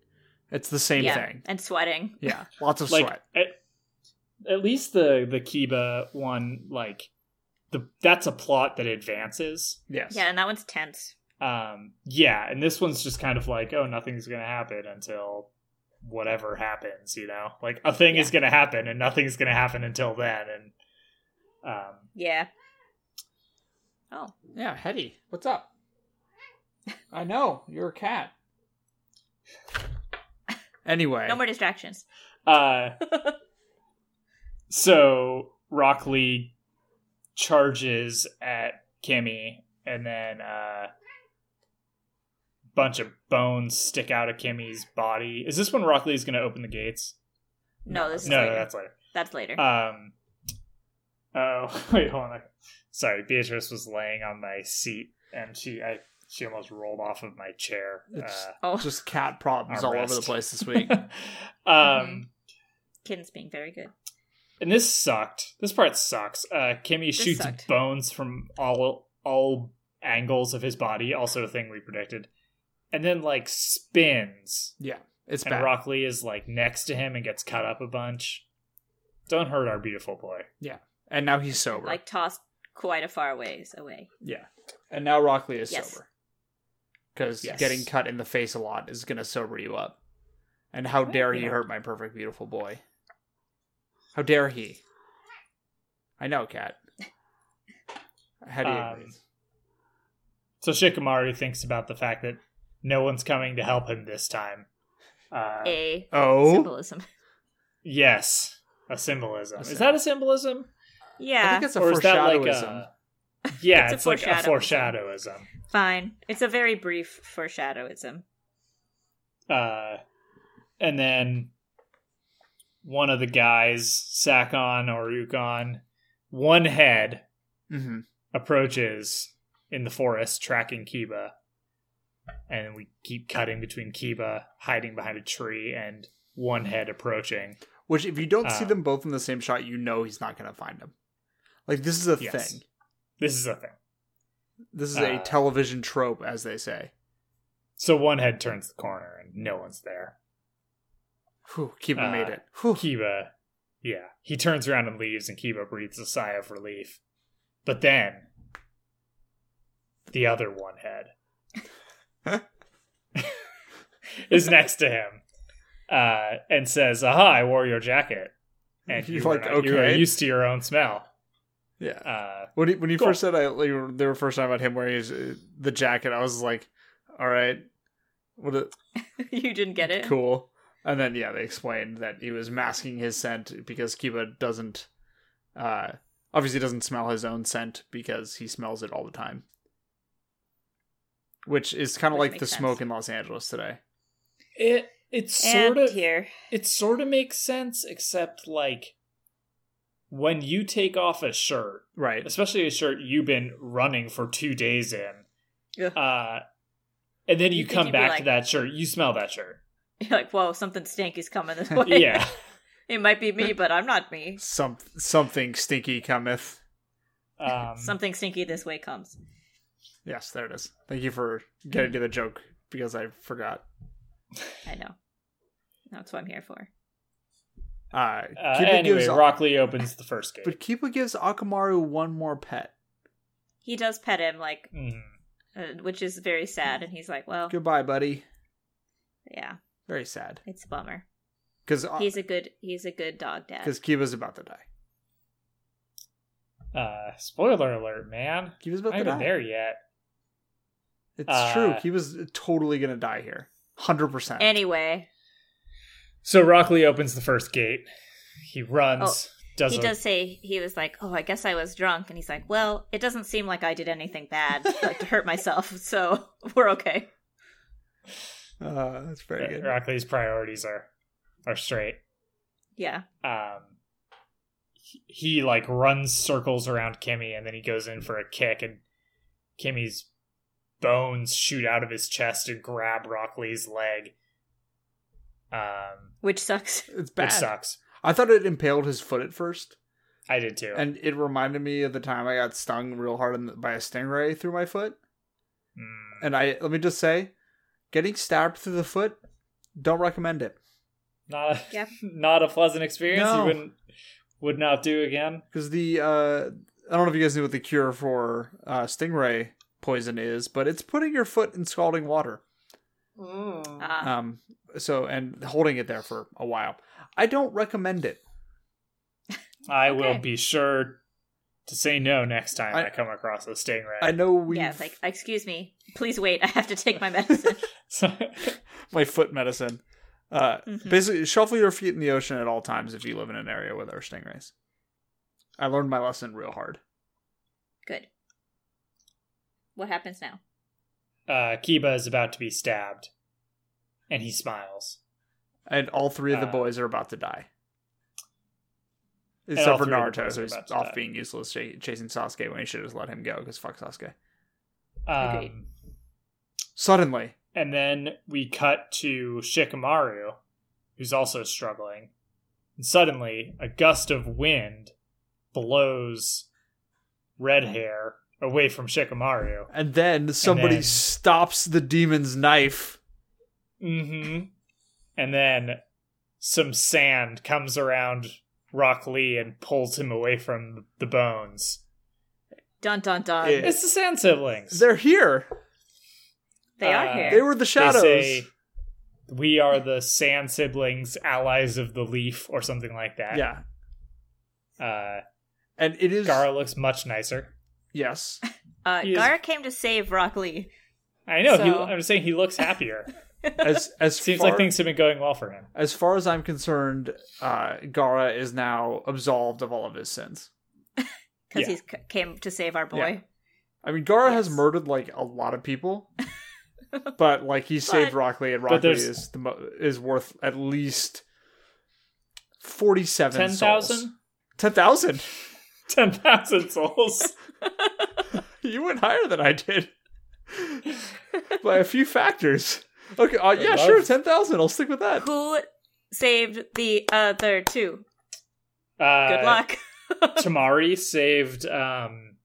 Speaker 1: It's the same
Speaker 3: yeah.
Speaker 1: thing.
Speaker 3: And sweating.
Speaker 1: Yeah, lots of
Speaker 2: like
Speaker 1: sweat.
Speaker 2: At, at least the the Kiba one, like the that's a plot that advances.
Speaker 1: Yes.
Speaker 3: Yeah. And that one's tense.
Speaker 2: Um, yeah, and this one's just kind of like, oh, nothing's gonna happen until whatever happens. You know, like a thing is gonna happen, and nothing's gonna happen until then. And um,
Speaker 3: Yeah. Oh.
Speaker 1: Yeah, Hetty, what's up? I know you're a cat. Anyway,
Speaker 3: No more distractions.
Speaker 2: uh, so Rock Lee charges at Kimmy, and then uh, bunch of bones stick out of Kimmy's body. Is this when Rock Lee's going to open the gates?
Speaker 3: No, this is
Speaker 2: No,
Speaker 3: later.
Speaker 2: no, that's later.
Speaker 3: That's later.
Speaker 2: Um, oh wait, hold on. a second. Sorry, Beatrice was laying on my seat, and she I she almost rolled off of my chair. Uh,
Speaker 1: It's-
Speaker 3: oh,
Speaker 1: just cat problems all over the
Speaker 2: Armrest.
Speaker 1: place this week.
Speaker 2: Uh,
Speaker 3: Mhm.
Speaker 2: um,
Speaker 3: Kin's being very good.
Speaker 2: and this sucked. This part sucks. Uh, Kimmy shoots
Speaker 3: sucked.
Speaker 2: bones from all all angles of his body. Also, a thing we predicted, and then like spins,
Speaker 1: yeah, it's
Speaker 2: and
Speaker 1: bad.
Speaker 2: Rock Lee is like next to him and gets cut up a bunch. Don't hurt our beautiful boy.
Speaker 1: and now he's sober.
Speaker 3: Like tossed quite a far ways away.
Speaker 1: yeah, and now Rockley is
Speaker 3: Yes.
Speaker 1: sober because
Speaker 2: Yes.
Speaker 1: getting cut in the face a lot is gonna sober you up. And how dare he
Speaker 2: Yeah.
Speaker 1: hurt my perfect, beautiful boy? How dare he? I know, cat. Hetty
Speaker 2: Um,
Speaker 1: agrees.
Speaker 2: So Shikamaru thinks about the fact that no one's coming to help him this time. Uh,
Speaker 3: A
Speaker 1: Oh,
Speaker 3: symbolism.
Speaker 2: yes, a symbolism.
Speaker 1: A
Speaker 2: Is that a symbolism?
Speaker 1: I
Speaker 3: Yeah.
Speaker 1: think it's a
Speaker 2: or is that like
Speaker 1: foreshadowism.
Speaker 2: a? Yeah,
Speaker 3: It's a
Speaker 2: it's, like a
Speaker 3: foreshadowism.
Speaker 2: foreshadowism.
Speaker 3: Fine. It's a very brief foreshadowism.
Speaker 2: Uh, and then one of the guys, Sakon or Ukon, one head
Speaker 1: hmm
Speaker 2: approaches in the forest, tracking Kiba. And we keep cutting between Kiba hiding behind a tree and one head approaching.
Speaker 1: Which, if you don't see
Speaker 2: Uh,
Speaker 1: them both in the same shot, you know he's not going to find them. Like this is a
Speaker 2: Yes.
Speaker 1: thing.
Speaker 2: This is a thing.
Speaker 1: This is a
Speaker 2: Uh,
Speaker 1: television trope, as they say.
Speaker 2: So one head turns the corner and no one's there.
Speaker 1: Whew, Kiba
Speaker 2: uh,
Speaker 1: made it. Whew.
Speaker 2: Kiba, yeah, he turns around and leaves, and Kiba breathes a sigh of relief. But then, the other one head is next to him uh, and says, Aha, I wore your jacket. And you,
Speaker 1: You're
Speaker 2: were
Speaker 1: like,
Speaker 2: not- you were
Speaker 1: "Okay."
Speaker 2: used to your own smell.
Speaker 1: yeah.
Speaker 2: Uh,
Speaker 1: When he, when you
Speaker 2: Cool.
Speaker 1: first said I, like, you were- they were first talking about him wearing his, uh, the jacket, I was like, all right, what a,
Speaker 3: you didn't get it.
Speaker 1: cool. And then yeah, they explained that he was masking his scent because Kiba doesn't, uh, obviously doesn't smell his own scent because he smells it all the time, which is kind of
Speaker 3: Which
Speaker 1: like
Speaker 3: makes
Speaker 1: the
Speaker 3: sense.
Speaker 1: smoke in Los Angeles today.
Speaker 2: it, it's
Speaker 3: And
Speaker 2: sort of.
Speaker 3: here,
Speaker 2: it sort of makes sense except like when you take off a shirt
Speaker 1: Right.
Speaker 2: especially a shirt you've been running for two days in
Speaker 3: Yeah.
Speaker 2: uh and then you,
Speaker 3: You'd think
Speaker 2: come
Speaker 3: you'd be
Speaker 2: back
Speaker 3: like-
Speaker 2: to that shirt you smell that shirt
Speaker 3: you're like, whoa, something stinky's coming this way.
Speaker 2: yeah
Speaker 3: it might be me, but I'm not me.
Speaker 1: Some something stinky cometh.
Speaker 2: um
Speaker 3: Something stinky this way comes.
Speaker 1: Yes, there it is. Thank you for getting to the joke because I forgot.
Speaker 3: I know. That's what I'm here for.
Speaker 1: Uh,
Speaker 2: uh,
Speaker 1: Kiba
Speaker 2: anyway
Speaker 1: gives-
Speaker 2: rock lee opens the first gate
Speaker 1: But Kiba gives Akamaru one more pet.
Speaker 3: He does pet him, like,
Speaker 2: Mhm.
Speaker 3: uh, which is very sad. And he's like, well,
Speaker 1: Goodbye, buddy.
Speaker 3: yeah,
Speaker 1: Very sad.
Speaker 3: it's a bummer.
Speaker 1: Because
Speaker 3: He's a good, he's a good dog dad.
Speaker 1: Kiba's about to die.
Speaker 2: uh spoiler alert man
Speaker 1: Kiba's about
Speaker 2: i'm
Speaker 1: to
Speaker 2: not
Speaker 1: die.
Speaker 2: there yet
Speaker 1: It's
Speaker 2: Uh,
Speaker 1: true. Kiba's totally going to die here. 100%.
Speaker 3: Anyway,
Speaker 2: so rock lee opens the first gate he runs does
Speaker 3: Oh, he
Speaker 2: a-
Speaker 3: does say he was like, "Oh, I guess I was drunk," and he's like, "Well, it doesn't seem like I did anything bad, like to hurt myself, so we're okay."
Speaker 1: uh, that's very good.
Speaker 2: rock lee's priorities are are straight
Speaker 3: Yeah,
Speaker 2: um he, he like runs circles around Kimmy and then he goes in for a kick and Kimmy's bones shoot out of his chest and grab Rockley's leg. Um
Speaker 3: which sucks.
Speaker 1: It's
Speaker 2: which
Speaker 1: bad.
Speaker 2: sucks.
Speaker 1: I thought it impaled his foot at first.
Speaker 2: I did too.
Speaker 1: And it reminded me of the time I got stung real hard in the, by a stingray through my foot.
Speaker 2: Mm,
Speaker 1: And I let me just say, getting stabbed through the foot, don't recommend it.
Speaker 2: not a,
Speaker 3: Yep.
Speaker 2: not a pleasant experience
Speaker 1: No.
Speaker 2: you wouldn't would not do again.
Speaker 1: because the uh, I don't know if you guys knew what the cure for uh, stingray poison is, but it's putting your foot in scalding water.
Speaker 3: Uh,
Speaker 1: Um, so and holding it there for a while. I don't recommend it.
Speaker 2: I
Speaker 3: Okay.
Speaker 2: will be sure to say no next time I,
Speaker 1: I-
Speaker 2: come across a stingray.
Speaker 1: I know we
Speaker 3: yeah, it's like, excuse me, please wait, I have to take my medicine.
Speaker 1: my foot medicine. Uh,
Speaker 3: Mhm.
Speaker 1: basically, shuffle your feet in the ocean at all times if you live in an area where there are stingrays. I learned my lesson real hard.
Speaker 3: Good. What happens now?
Speaker 2: uh, Kiba is about to be stabbed, and he smiles.
Speaker 1: And all three of the
Speaker 2: Uh,
Speaker 1: boys are about to die.
Speaker 2: and
Speaker 1: Except
Speaker 2: all
Speaker 1: for
Speaker 2: three of the
Speaker 1: Naruto,
Speaker 2: boys are
Speaker 1: who's
Speaker 2: about to
Speaker 1: off
Speaker 2: die.
Speaker 1: being useless ch- chasing Sasuke when he should have just let him go because fuck Sasuke.
Speaker 3: Agreed.
Speaker 2: Um,
Speaker 1: Suddenly,
Speaker 2: and then we cut to Shikamaru, who's also struggling. And suddenly, a gust of wind blows red hair away from Shikamaru.
Speaker 1: and then somebody
Speaker 2: then-
Speaker 1: stops the demon's knife.
Speaker 2: hmm And then some sand comes around Rock Lee and pulls him away from the bones.
Speaker 3: Dun dun dun.
Speaker 1: Yeah.
Speaker 2: It's the Sand Siblings.
Speaker 1: They're here.
Speaker 3: They are
Speaker 2: Uh,
Speaker 3: here.
Speaker 1: They were the shadows.
Speaker 2: They say, we are the Sand siblings, allies of the leaf, or something like that.
Speaker 1: yeah,
Speaker 2: Uh,
Speaker 1: and it is
Speaker 2: Gara looks much nicer.
Speaker 1: yes,
Speaker 3: uh,
Speaker 2: he is-
Speaker 3: Gara came to save Rock Lee.
Speaker 2: I know. He,
Speaker 3: So-
Speaker 2: I'm saying he looks happier.
Speaker 1: as as
Speaker 2: Seems
Speaker 1: far,
Speaker 2: like things have been going well for him.
Speaker 1: As far as I'm concerned, uh, Gara is now absolved of all of his sins.
Speaker 3: because
Speaker 2: Yeah.
Speaker 3: he came to save our boy.
Speaker 1: Yeah. I mean, Gara has
Speaker 3: Yes.
Speaker 1: murdered like a lot of people, but like he saved Rockley, and Rockley
Speaker 2: there's-
Speaker 1: is the mo- is worth at least forty-seven
Speaker 2: Ten
Speaker 1: souls.
Speaker 2: thousand.
Speaker 1: Ten thousand.
Speaker 2: Ten thousand souls.
Speaker 1: You went higher than I did by a few factors. Okay, uh, yeah,
Speaker 2: love-
Speaker 1: sure, ten thousand. I'll stick with that.
Speaker 3: Who saved the other two?
Speaker 2: Uh,
Speaker 3: Good luck.
Speaker 2: Tamari saved um,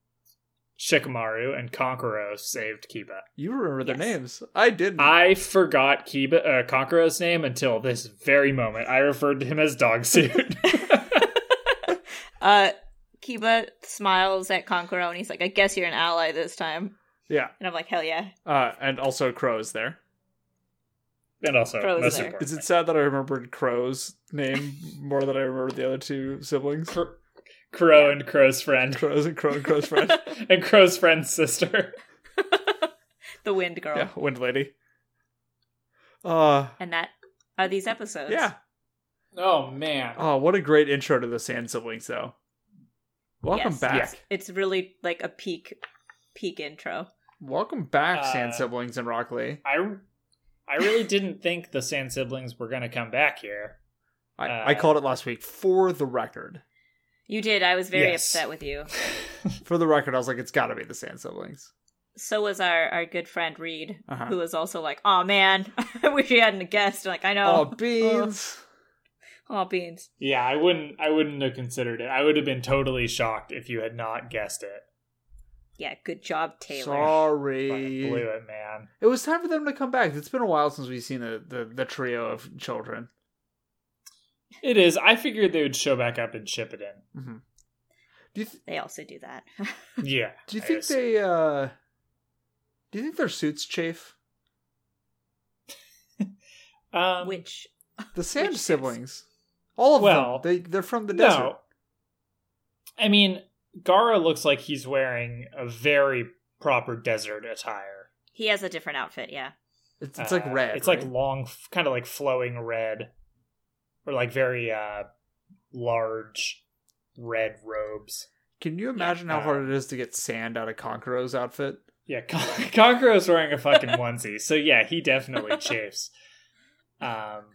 Speaker 2: Shikamaru, and Konkoro saved Kiba.
Speaker 1: You remember their
Speaker 3: Yes.
Speaker 1: names. I didn't.
Speaker 2: I forgot Kiba uh, Konkoro's name until this very moment. I referred to him as Dog Suit.
Speaker 3: uh, Kiba smiles at Konkoro and he's like, I guess you're an ally this time.
Speaker 1: yeah.
Speaker 3: And I'm like, hell yeah.
Speaker 1: Uh, and also Crow's there.
Speaker 2: and also,
Speaker 3: Crow's
Speaker 2: most
Speaker 3: there.
Speaker 2: important,
Speaker 1: Is it sad that I remembered Crow's name more than I remembered the other two siblings?
Speaker 2: Cr- Crow and Crow's friend,
Speaker 1: Crow's and Crow and Crow's friend.
Speaker 2: and Crow's friend's sister.
Speaker 3: The Wind Girl.
Speaker 1: yeah, Wind Lady. Uh,
Speaker 3: And that are these episodes.
Speaker 1: yeah.
Speaker 2: Oh man,
Speaker 1: Oh, what a great intro to the Sand Siblings, though. Welcome
Speaker 3: Yes.
Speaker 1: back.
Speaker 2: Yes.
Speaker 3: It's really like a peak peak intro.
Speaker 1: Welcome back, Sand
Speaker 2: Uh,
Speaker 1: Siblings and Rockley.
Speaker 2: I I really didn't think the Sand siblings were gonna come back here.
Speaker 1: I,
Speaker 2: uh,
Speaker 1: I called it last week for the record.
Speaker 3: You did. I was very
Speaker 2: Yes.
Speaker 3: upset with you.
Speaker 1: For the record, I was like, it's got to be the Sand Siblings.
Speaker 3: So was our, our good friend Reed,
Speaker 1: Uh-huh.
Speaker 3: who was also like, Oh man, I wish you hadn't guessed. Like, I
Speaker 1: Oh,
Speaker 3: know.
Speaker 1: beans.
Speaker 3: All beans.
Speaker 2: Yeah, I wouldn't. I wouldn't have considered it. I would have been totally shocked if you had not guessed it.
Speaker 3: Yeah, good job, Taylor.
Speaker 2: Fucking blew
Speaker 1: Sorry.
Speaker 2: it, man.
Speaker 1: It was time for them to come back. It's been a while since we've seen the, the, the trio of children.
Speaker 2: It is. I figured they would show back up and ship it in.
Speaker 1: hmm Do you th-
Speaker 3: They also do that.
Speaker 2: Yeah.
Speaker 1: do you
Speaker 2: I
Speaker 1: think
Speaker 2: guess.
Speaker 1: they uh do you think their suits chafe?
Speaker 2: Um,
Speaker 3: Which
Speaker 1: The Sand
Speaker 3: suits?
Speaker 1: siblings, all of
Speaker 2: Well,
Speaker 1: them. They they're from the
Speaker 2: no.
Speaker 1: desert.
Speaker 2: I mean, Gara looks like he's wearing a very proper desert attire.
Speaker 3: he has a different outfit, yeah.
Speaker 1: It's, it's
Speaker 2: Uh,
Speaker 1: like red.
Speaker 2: It's
Speaker 1: right?
Speaker 2: like long, kind of like flowing red, or like very uh large red robes.
Speaker 1: Can you imagine how
Speaker 2: uh,
Speaker 1: hard it is to get sand out of Conqueror's outfit?
Speaker 2: Yeah, Con- Conqueror's wearing a fucking onesie, so yeah, he definitely chafes. Um,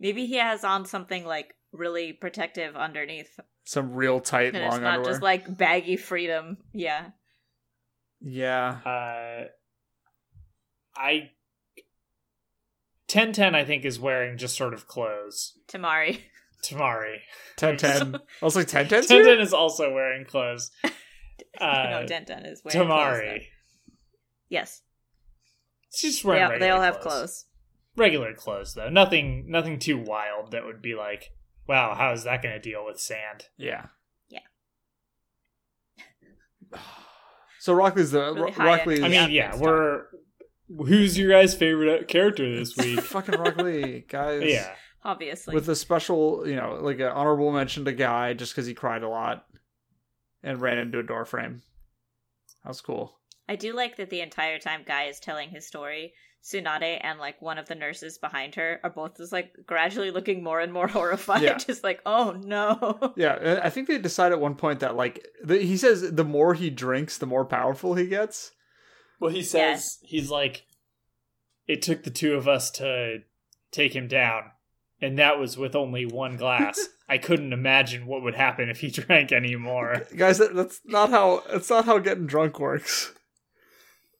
Speaker 3: Maybe he has on something like really protective underneath.
Speaker 1: Some real tight long
Speaker 3: And it's not
Speaker 1: underwear.
Speaker 3: just like baggy freedom. Yeah.
Speaker 1: yeah.
Speaker 2: uh, I ten ten, I think, is wearing just sort of clothes.
Speaker 3: Tamari.
Speaker 2: Tamari
Speaker 1: Ten ten. I was like ten ten.
Speaker 2: ten ten is also wearing clothes.
Speaker 3: no,
Speaker 2: Uh,
Speaker 3: Denton is wearing clothes,
Speaker 2: Tamari,
Speaker 3: though. yes.
Speaker 2: she's just
Speaker 3: They,
Speaker 2: wearing.
Speaker 3: all- they
Speaker 2: regular
Speaker 3: all have
Speaker 2: clothes.
Speaker 3: clothes.
Speaker 2: regular clothes though nothing nothing too wild that would be like wow how is that going to deal with sand
Speaker 1: Yeah.
Speaker 3: Yeah.
Speaker 1: So Rockley's the
Speaker 3: Really
Speaker 1: Ro-
Speaker 3: high
Speaker 1: Rockley's.
Speaker 2: i mean
Speaker 3: end. Yeah,
Speaker 2: yeah
Speaker 3: it's
Speaker 2: we're who's your guys favorite character this week
Speaker 1: fucking Rockley, guys.
Speaker 2: yeah
Speaker 3: Obviously.
Speaker 1: with a special, you know, like an honorable mention to Guy just because he cried a lot and ran into a door frame. That was cool.
Speaker 3: I do like that the entire time Guy is telling his story, Tsunade and like one of the nurses behind her are both just like gradually looking more and more horrified,
Speaker 1: Yeah.
Speaker 3: just like, oh no.
Speaker 1: Yeah, and I think they decide at one point that like the, he says the more he drinks, the more powerful he gets.
Speaker 2: well he says he's like it took the two of us to take him down and that was with only one glass i couldn't imagine what would happen if he drank any more
Speaker 1: Guys, that, that's not how that's not how getting drunk works.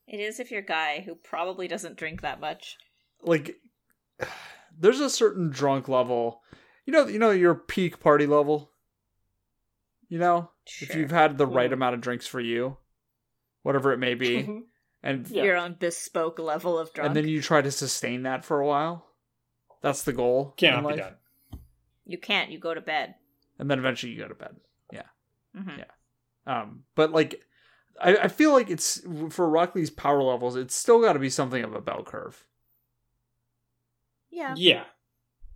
Speaker 3: It is if you're Guy, who probably doesn't drink that much.
Speaker 1: Like there's a certain drunk level. You know, you know your peak party level. You know, if
Speaker 3: Sure.
Speaker 1: you've had the right
Speaker 2: Mhm.
Speaker 1: amount of drinks for you, whatever it may
Speaker 2: Mm-hmm.
Speaker 1: be, and
Speaker 2: Yeah.
Speaker 3: Your own bespoke level of drunk.
Speaker 1: and then you try to sustain that for a while. That's the goal. in
Speaker 2: cannot be
Speaker 1: life.
Speaker 2: done
Speaker 3: you can't, you go to bed.
Speaker 1: And then eventually you go to bed.
Speaker 3: Mhm.
Speaker 1: Yeah. Um, but like, I, I feel like it's for Rockley's power levels. It's still got to be something of a bell curve.
Speaker 3: Yeah.
Speaker 2: Yeah.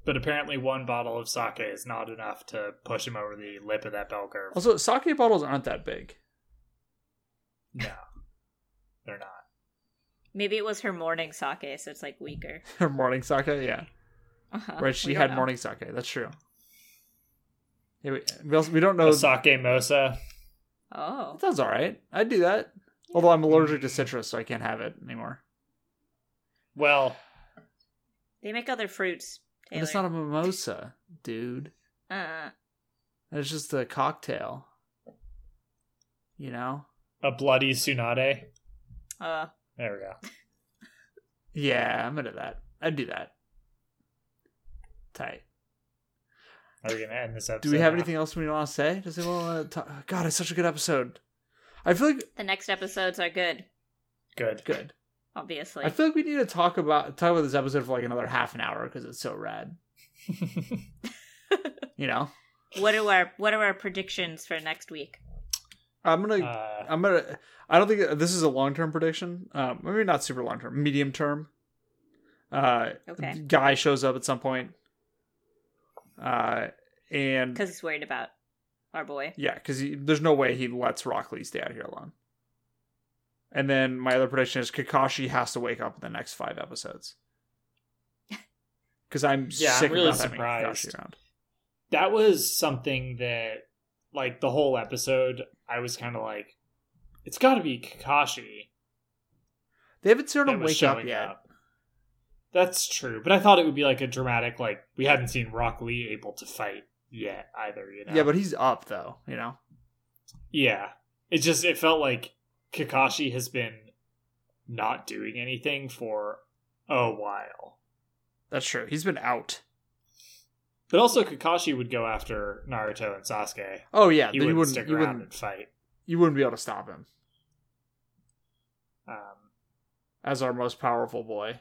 Speaker 2: But apparently one bottle of sake is not enough to push him over the lip of that bell curve.
Speaker 1: Also, sake bottles aren't that big.
Speaker 2: no. They're not.
Speaker 3: Maybe it was her morning sake, so it's like weaker.
Speaker 1: morning sake, yeah.
Speaker 3: Uh-huh.
Speaker 1: right, she
Speaker 3: We don't
Speaker 1: had
Speaker 3: know.
Speaker 1: morning sake. That's true. Yeah, we, we, also, we don't know.
Speaker 2: A sake mosa.
Speaker 3: Oh.
Speaker 1: That's all right. I'd do that. Although I'm allergic to citrus, so I can't have it anymore.
Speaker 2: Well,
Speaker 3: They make other fruits.
Speaker 1: And it's not
Speaker 3: Taylor.
Speaker 1: a mimosa, dude.
Speaker 3: uh,
Speaker 1: It's just a cocktail. You know?
Speaker 2: a bloody tsunade.
Speaker 3: uh,
Speaker 2: There we go.
Speaker 1: Yeah, I'm into that. I'd do that. Tight.
Speaker 2: Are we gonna end this episode?
Speaker 1: Do we have
Speaker 2: now?
Speaker 1: anything else we want to say? Does anyone want to talk? God, it's such a good episode. I feel like
Speaker 3: The next episodes are good,
Speaker 2: Good.
Speaker 1: good.
Speaker 3: obviously.
Speaker 1: I feel like we need to talk about talk about this episode for like another half an hour because it's so rad. You know,
Speaker 3: what are our what are our predictions for next week?
Speaker 1: I'm gonna
Speaker 2: uh,
Speaker 1: I'm gonna. I don't think this is a long term prediction. Um, maybe not super long term, medium term. Uh,
Speaker 3: Okay.
Speaker 1: guy shows up at some point. Uh, and
Speaker 3: Because he's worried about our boy.
Speaker 1: yeah, because there's no way he lets Rockley stay out here alone. And then my other prediction is Kakashi has to wake up in the next five episodes. Because I'm
Speaker 2: Yeah, I'm
Speaker 1: sick
Speaker 2: really
Speaker 1: about having
Speaker 2: surprised.
Speaker 1: Kakashi around.
Speaker 2: that was something that, like, the whole episode, I was kind of like, it's got to be Kakashi
Speaker 1: They haven't seen
Speaker 2: that
Speaker 1: him
Speaker 2: was
Speaker 1: wake up
Speaker 2: showing
Speaker 1: yet.
Speaker 2: up. That's true, but I thought it would be like a dramatic, like we hadn't seen Rock Lee able to fight yet either. You know?
Speaker 1: Yeah, but he's up though. You know.
Speaker 2: Yeah. It just it felt like Kakashi has been not doing anything for a while.
Speaker 1: That's true. He's been out.
Speaker 2: But also Kakashi would go after Naruto and Sasuke.
Speaker 1: Oh yeah,
Speaker 2: He
Speaker 1: you
Speaker 2: wouldn't,
Speaker 1: wouldn't.
Speaker 2: stick
Speaker 1: you
Speaker 2: around
Speaker 1: wouldn't.
Speaker 2: and fight.
Speaker 1: You wouldn't be able to stop him.
Speaker 2: Um,
Speaker 1: as our most powerful boy.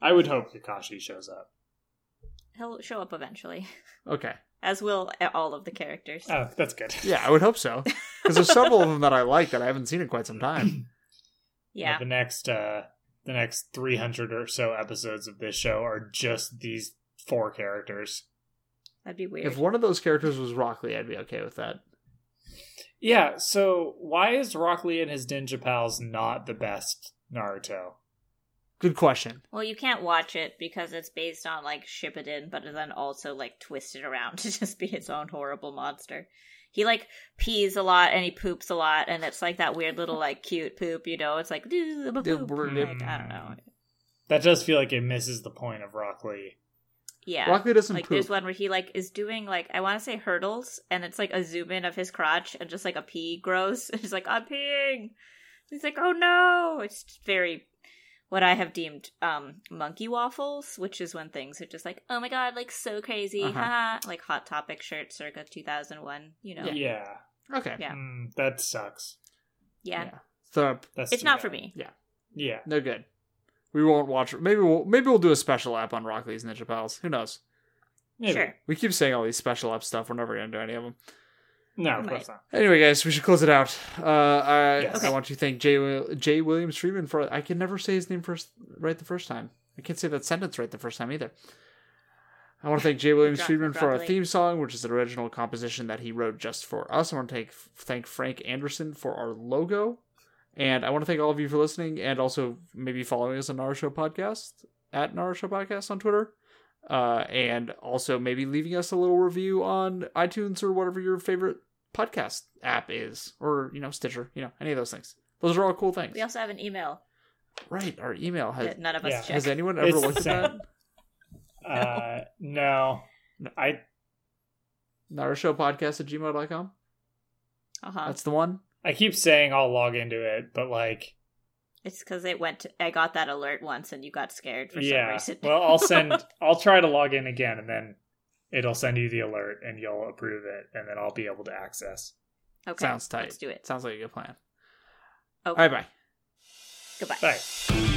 Speaker 2: I would hope Kakashi shows up.
Speaker 3: He'll show up eventually,
Speaker 1: Okay.
Speaker 3: as will eh, all of the characters.
Speaker 1: Uh,
Speaker 2: Oh, that's good.
Speaker 1: Yeah, I would hope so. Because there's several of them that I like that I haven't seen in quite some time.
Speaker 3: yeah,
Speaker 2: The next uh the next three hundred or so episodes of this show are just these four characters.
Speaker 3: that'd be weird.
Speaker 1: If one of those characters was Rockley, I'd be okay with that.
Speaker 2: Yeah, so why is Rock Lee and his ninja pals not the best Naruto?
Speaker 1: Good question.
Speaker 3: Well, you can't watch it because it's based on like Shippuden, but then also like twisted around to just be its own horrible monster. He like pees a lot and he poops a lot, and it's like that weird little like cute poop, you know? It's like do a poop. Like, I don't know.
Speaker 2: That does feel like it misses the point of Rock Lee.
Speaker 3: Yeah.
Speaker 1: Rockley doesn't
Speaker 3: like
Speaker 1: poop.
Speaker 3: there's one where he like is doing like I want to say hurdles, and it's like a zoom in of his crotch, and just like a pee grows, and he's like I'm peeing. He's like, oh no! It's just very what I have deemed um monkey waffles, which is when things are just like, oh my god, like so crazy,
Speaker 1: Uh-huh.
Speaker 3: haha, like hot topic shirt circa 2001, you know?
Speaker 1: Yeah.
Speaker 2: Yeah.
Speaker 3: Yeah,
Speaker 1: Okay.
Speaker 3: Yeah.
Speaker 2: Mm, that sucks.
Speaker 1: So
Speaker 2: That's
Speaker 3: it's
Speaker 2: too
Speaker 3: not
Speaker 2: bad.
Speaker 3: for me.
Speaker 2: Yeah.
Speaker 1: no good. We won't watch. Maybe we'll maybe we'll do a special app on Rockley's Ninja Pals. Who knows?
Speaker 2: Maybe.
Speaker 3: Sure,
Speaker 1: We keep saying all these special app stuff. We're never gonna do any of them.
Speaker 2: No, of
Speaker 3: Right.
Speaker 2: course not.
Speaker 1: Anyway, guys, we should close it out. Uh, I
Speaker 2: Yes.
Speaker 1: I want to thank Jay Wil- Jay Williams Freeman for I can never say his name first right the first time. I can't say that sentence right the first time either. I want to thank Jay Williams
Speaker 3: dropped it
Speaker 1: Friedman for our
Speaker 3: properly.
Speaker 1: theme song, which is an original composition that he wrote just for us. I want to thank, thank Frank Anderson for our logo. And I want to thank all of you for listening and also maybe following us on our show podcast at Nara Show Podcast on Twitter. Uh, and also maybe leaving us a little review on iTunes or whatever your favorite podcast app is, or you know, Stitcher, you know, any of those things. Those are all cool things.
Speaker 3: we also have an email
Speaker 1: Right. Our email has
Speaker 3: that none of us
Speaker 2: yeah.
Speaker 3: check.
Speaker 1: has anyone ever
Speaker 2: It's
Speaker 1: looked at
Speaker 2: sad.
Speaker 1: that?
Speaker 2: Uh, no.
Speaker 1: No.
Speaker 2: I
Speaker 1: Nara Show Podcast at gmail.com.
Speaker 3: uh-huh.
Speaker 1: That's the one.
Speaker 2: I keep saying I'll log into it, but like,
Speaker 3: It's because it went. To, I got that alert once, and you got scared for some
Speaker 2: yeah.
Speaker 3: reason.
Speaker 2: Well, I'll send. I'll try to log in again, and then it'll send you the alert, and you'll approve it, and then I'll be able to access.
Speaker 3: okay,
Speaker 1: Sounds tight.
Speaker 3: Let's do it. oh.
Speaker 1: Sounds like a good plan.
Speaker 3: Okay.
Speaker 1: All right, bye.
Speaker 3: Goodbye.
Speaker 2: Bye.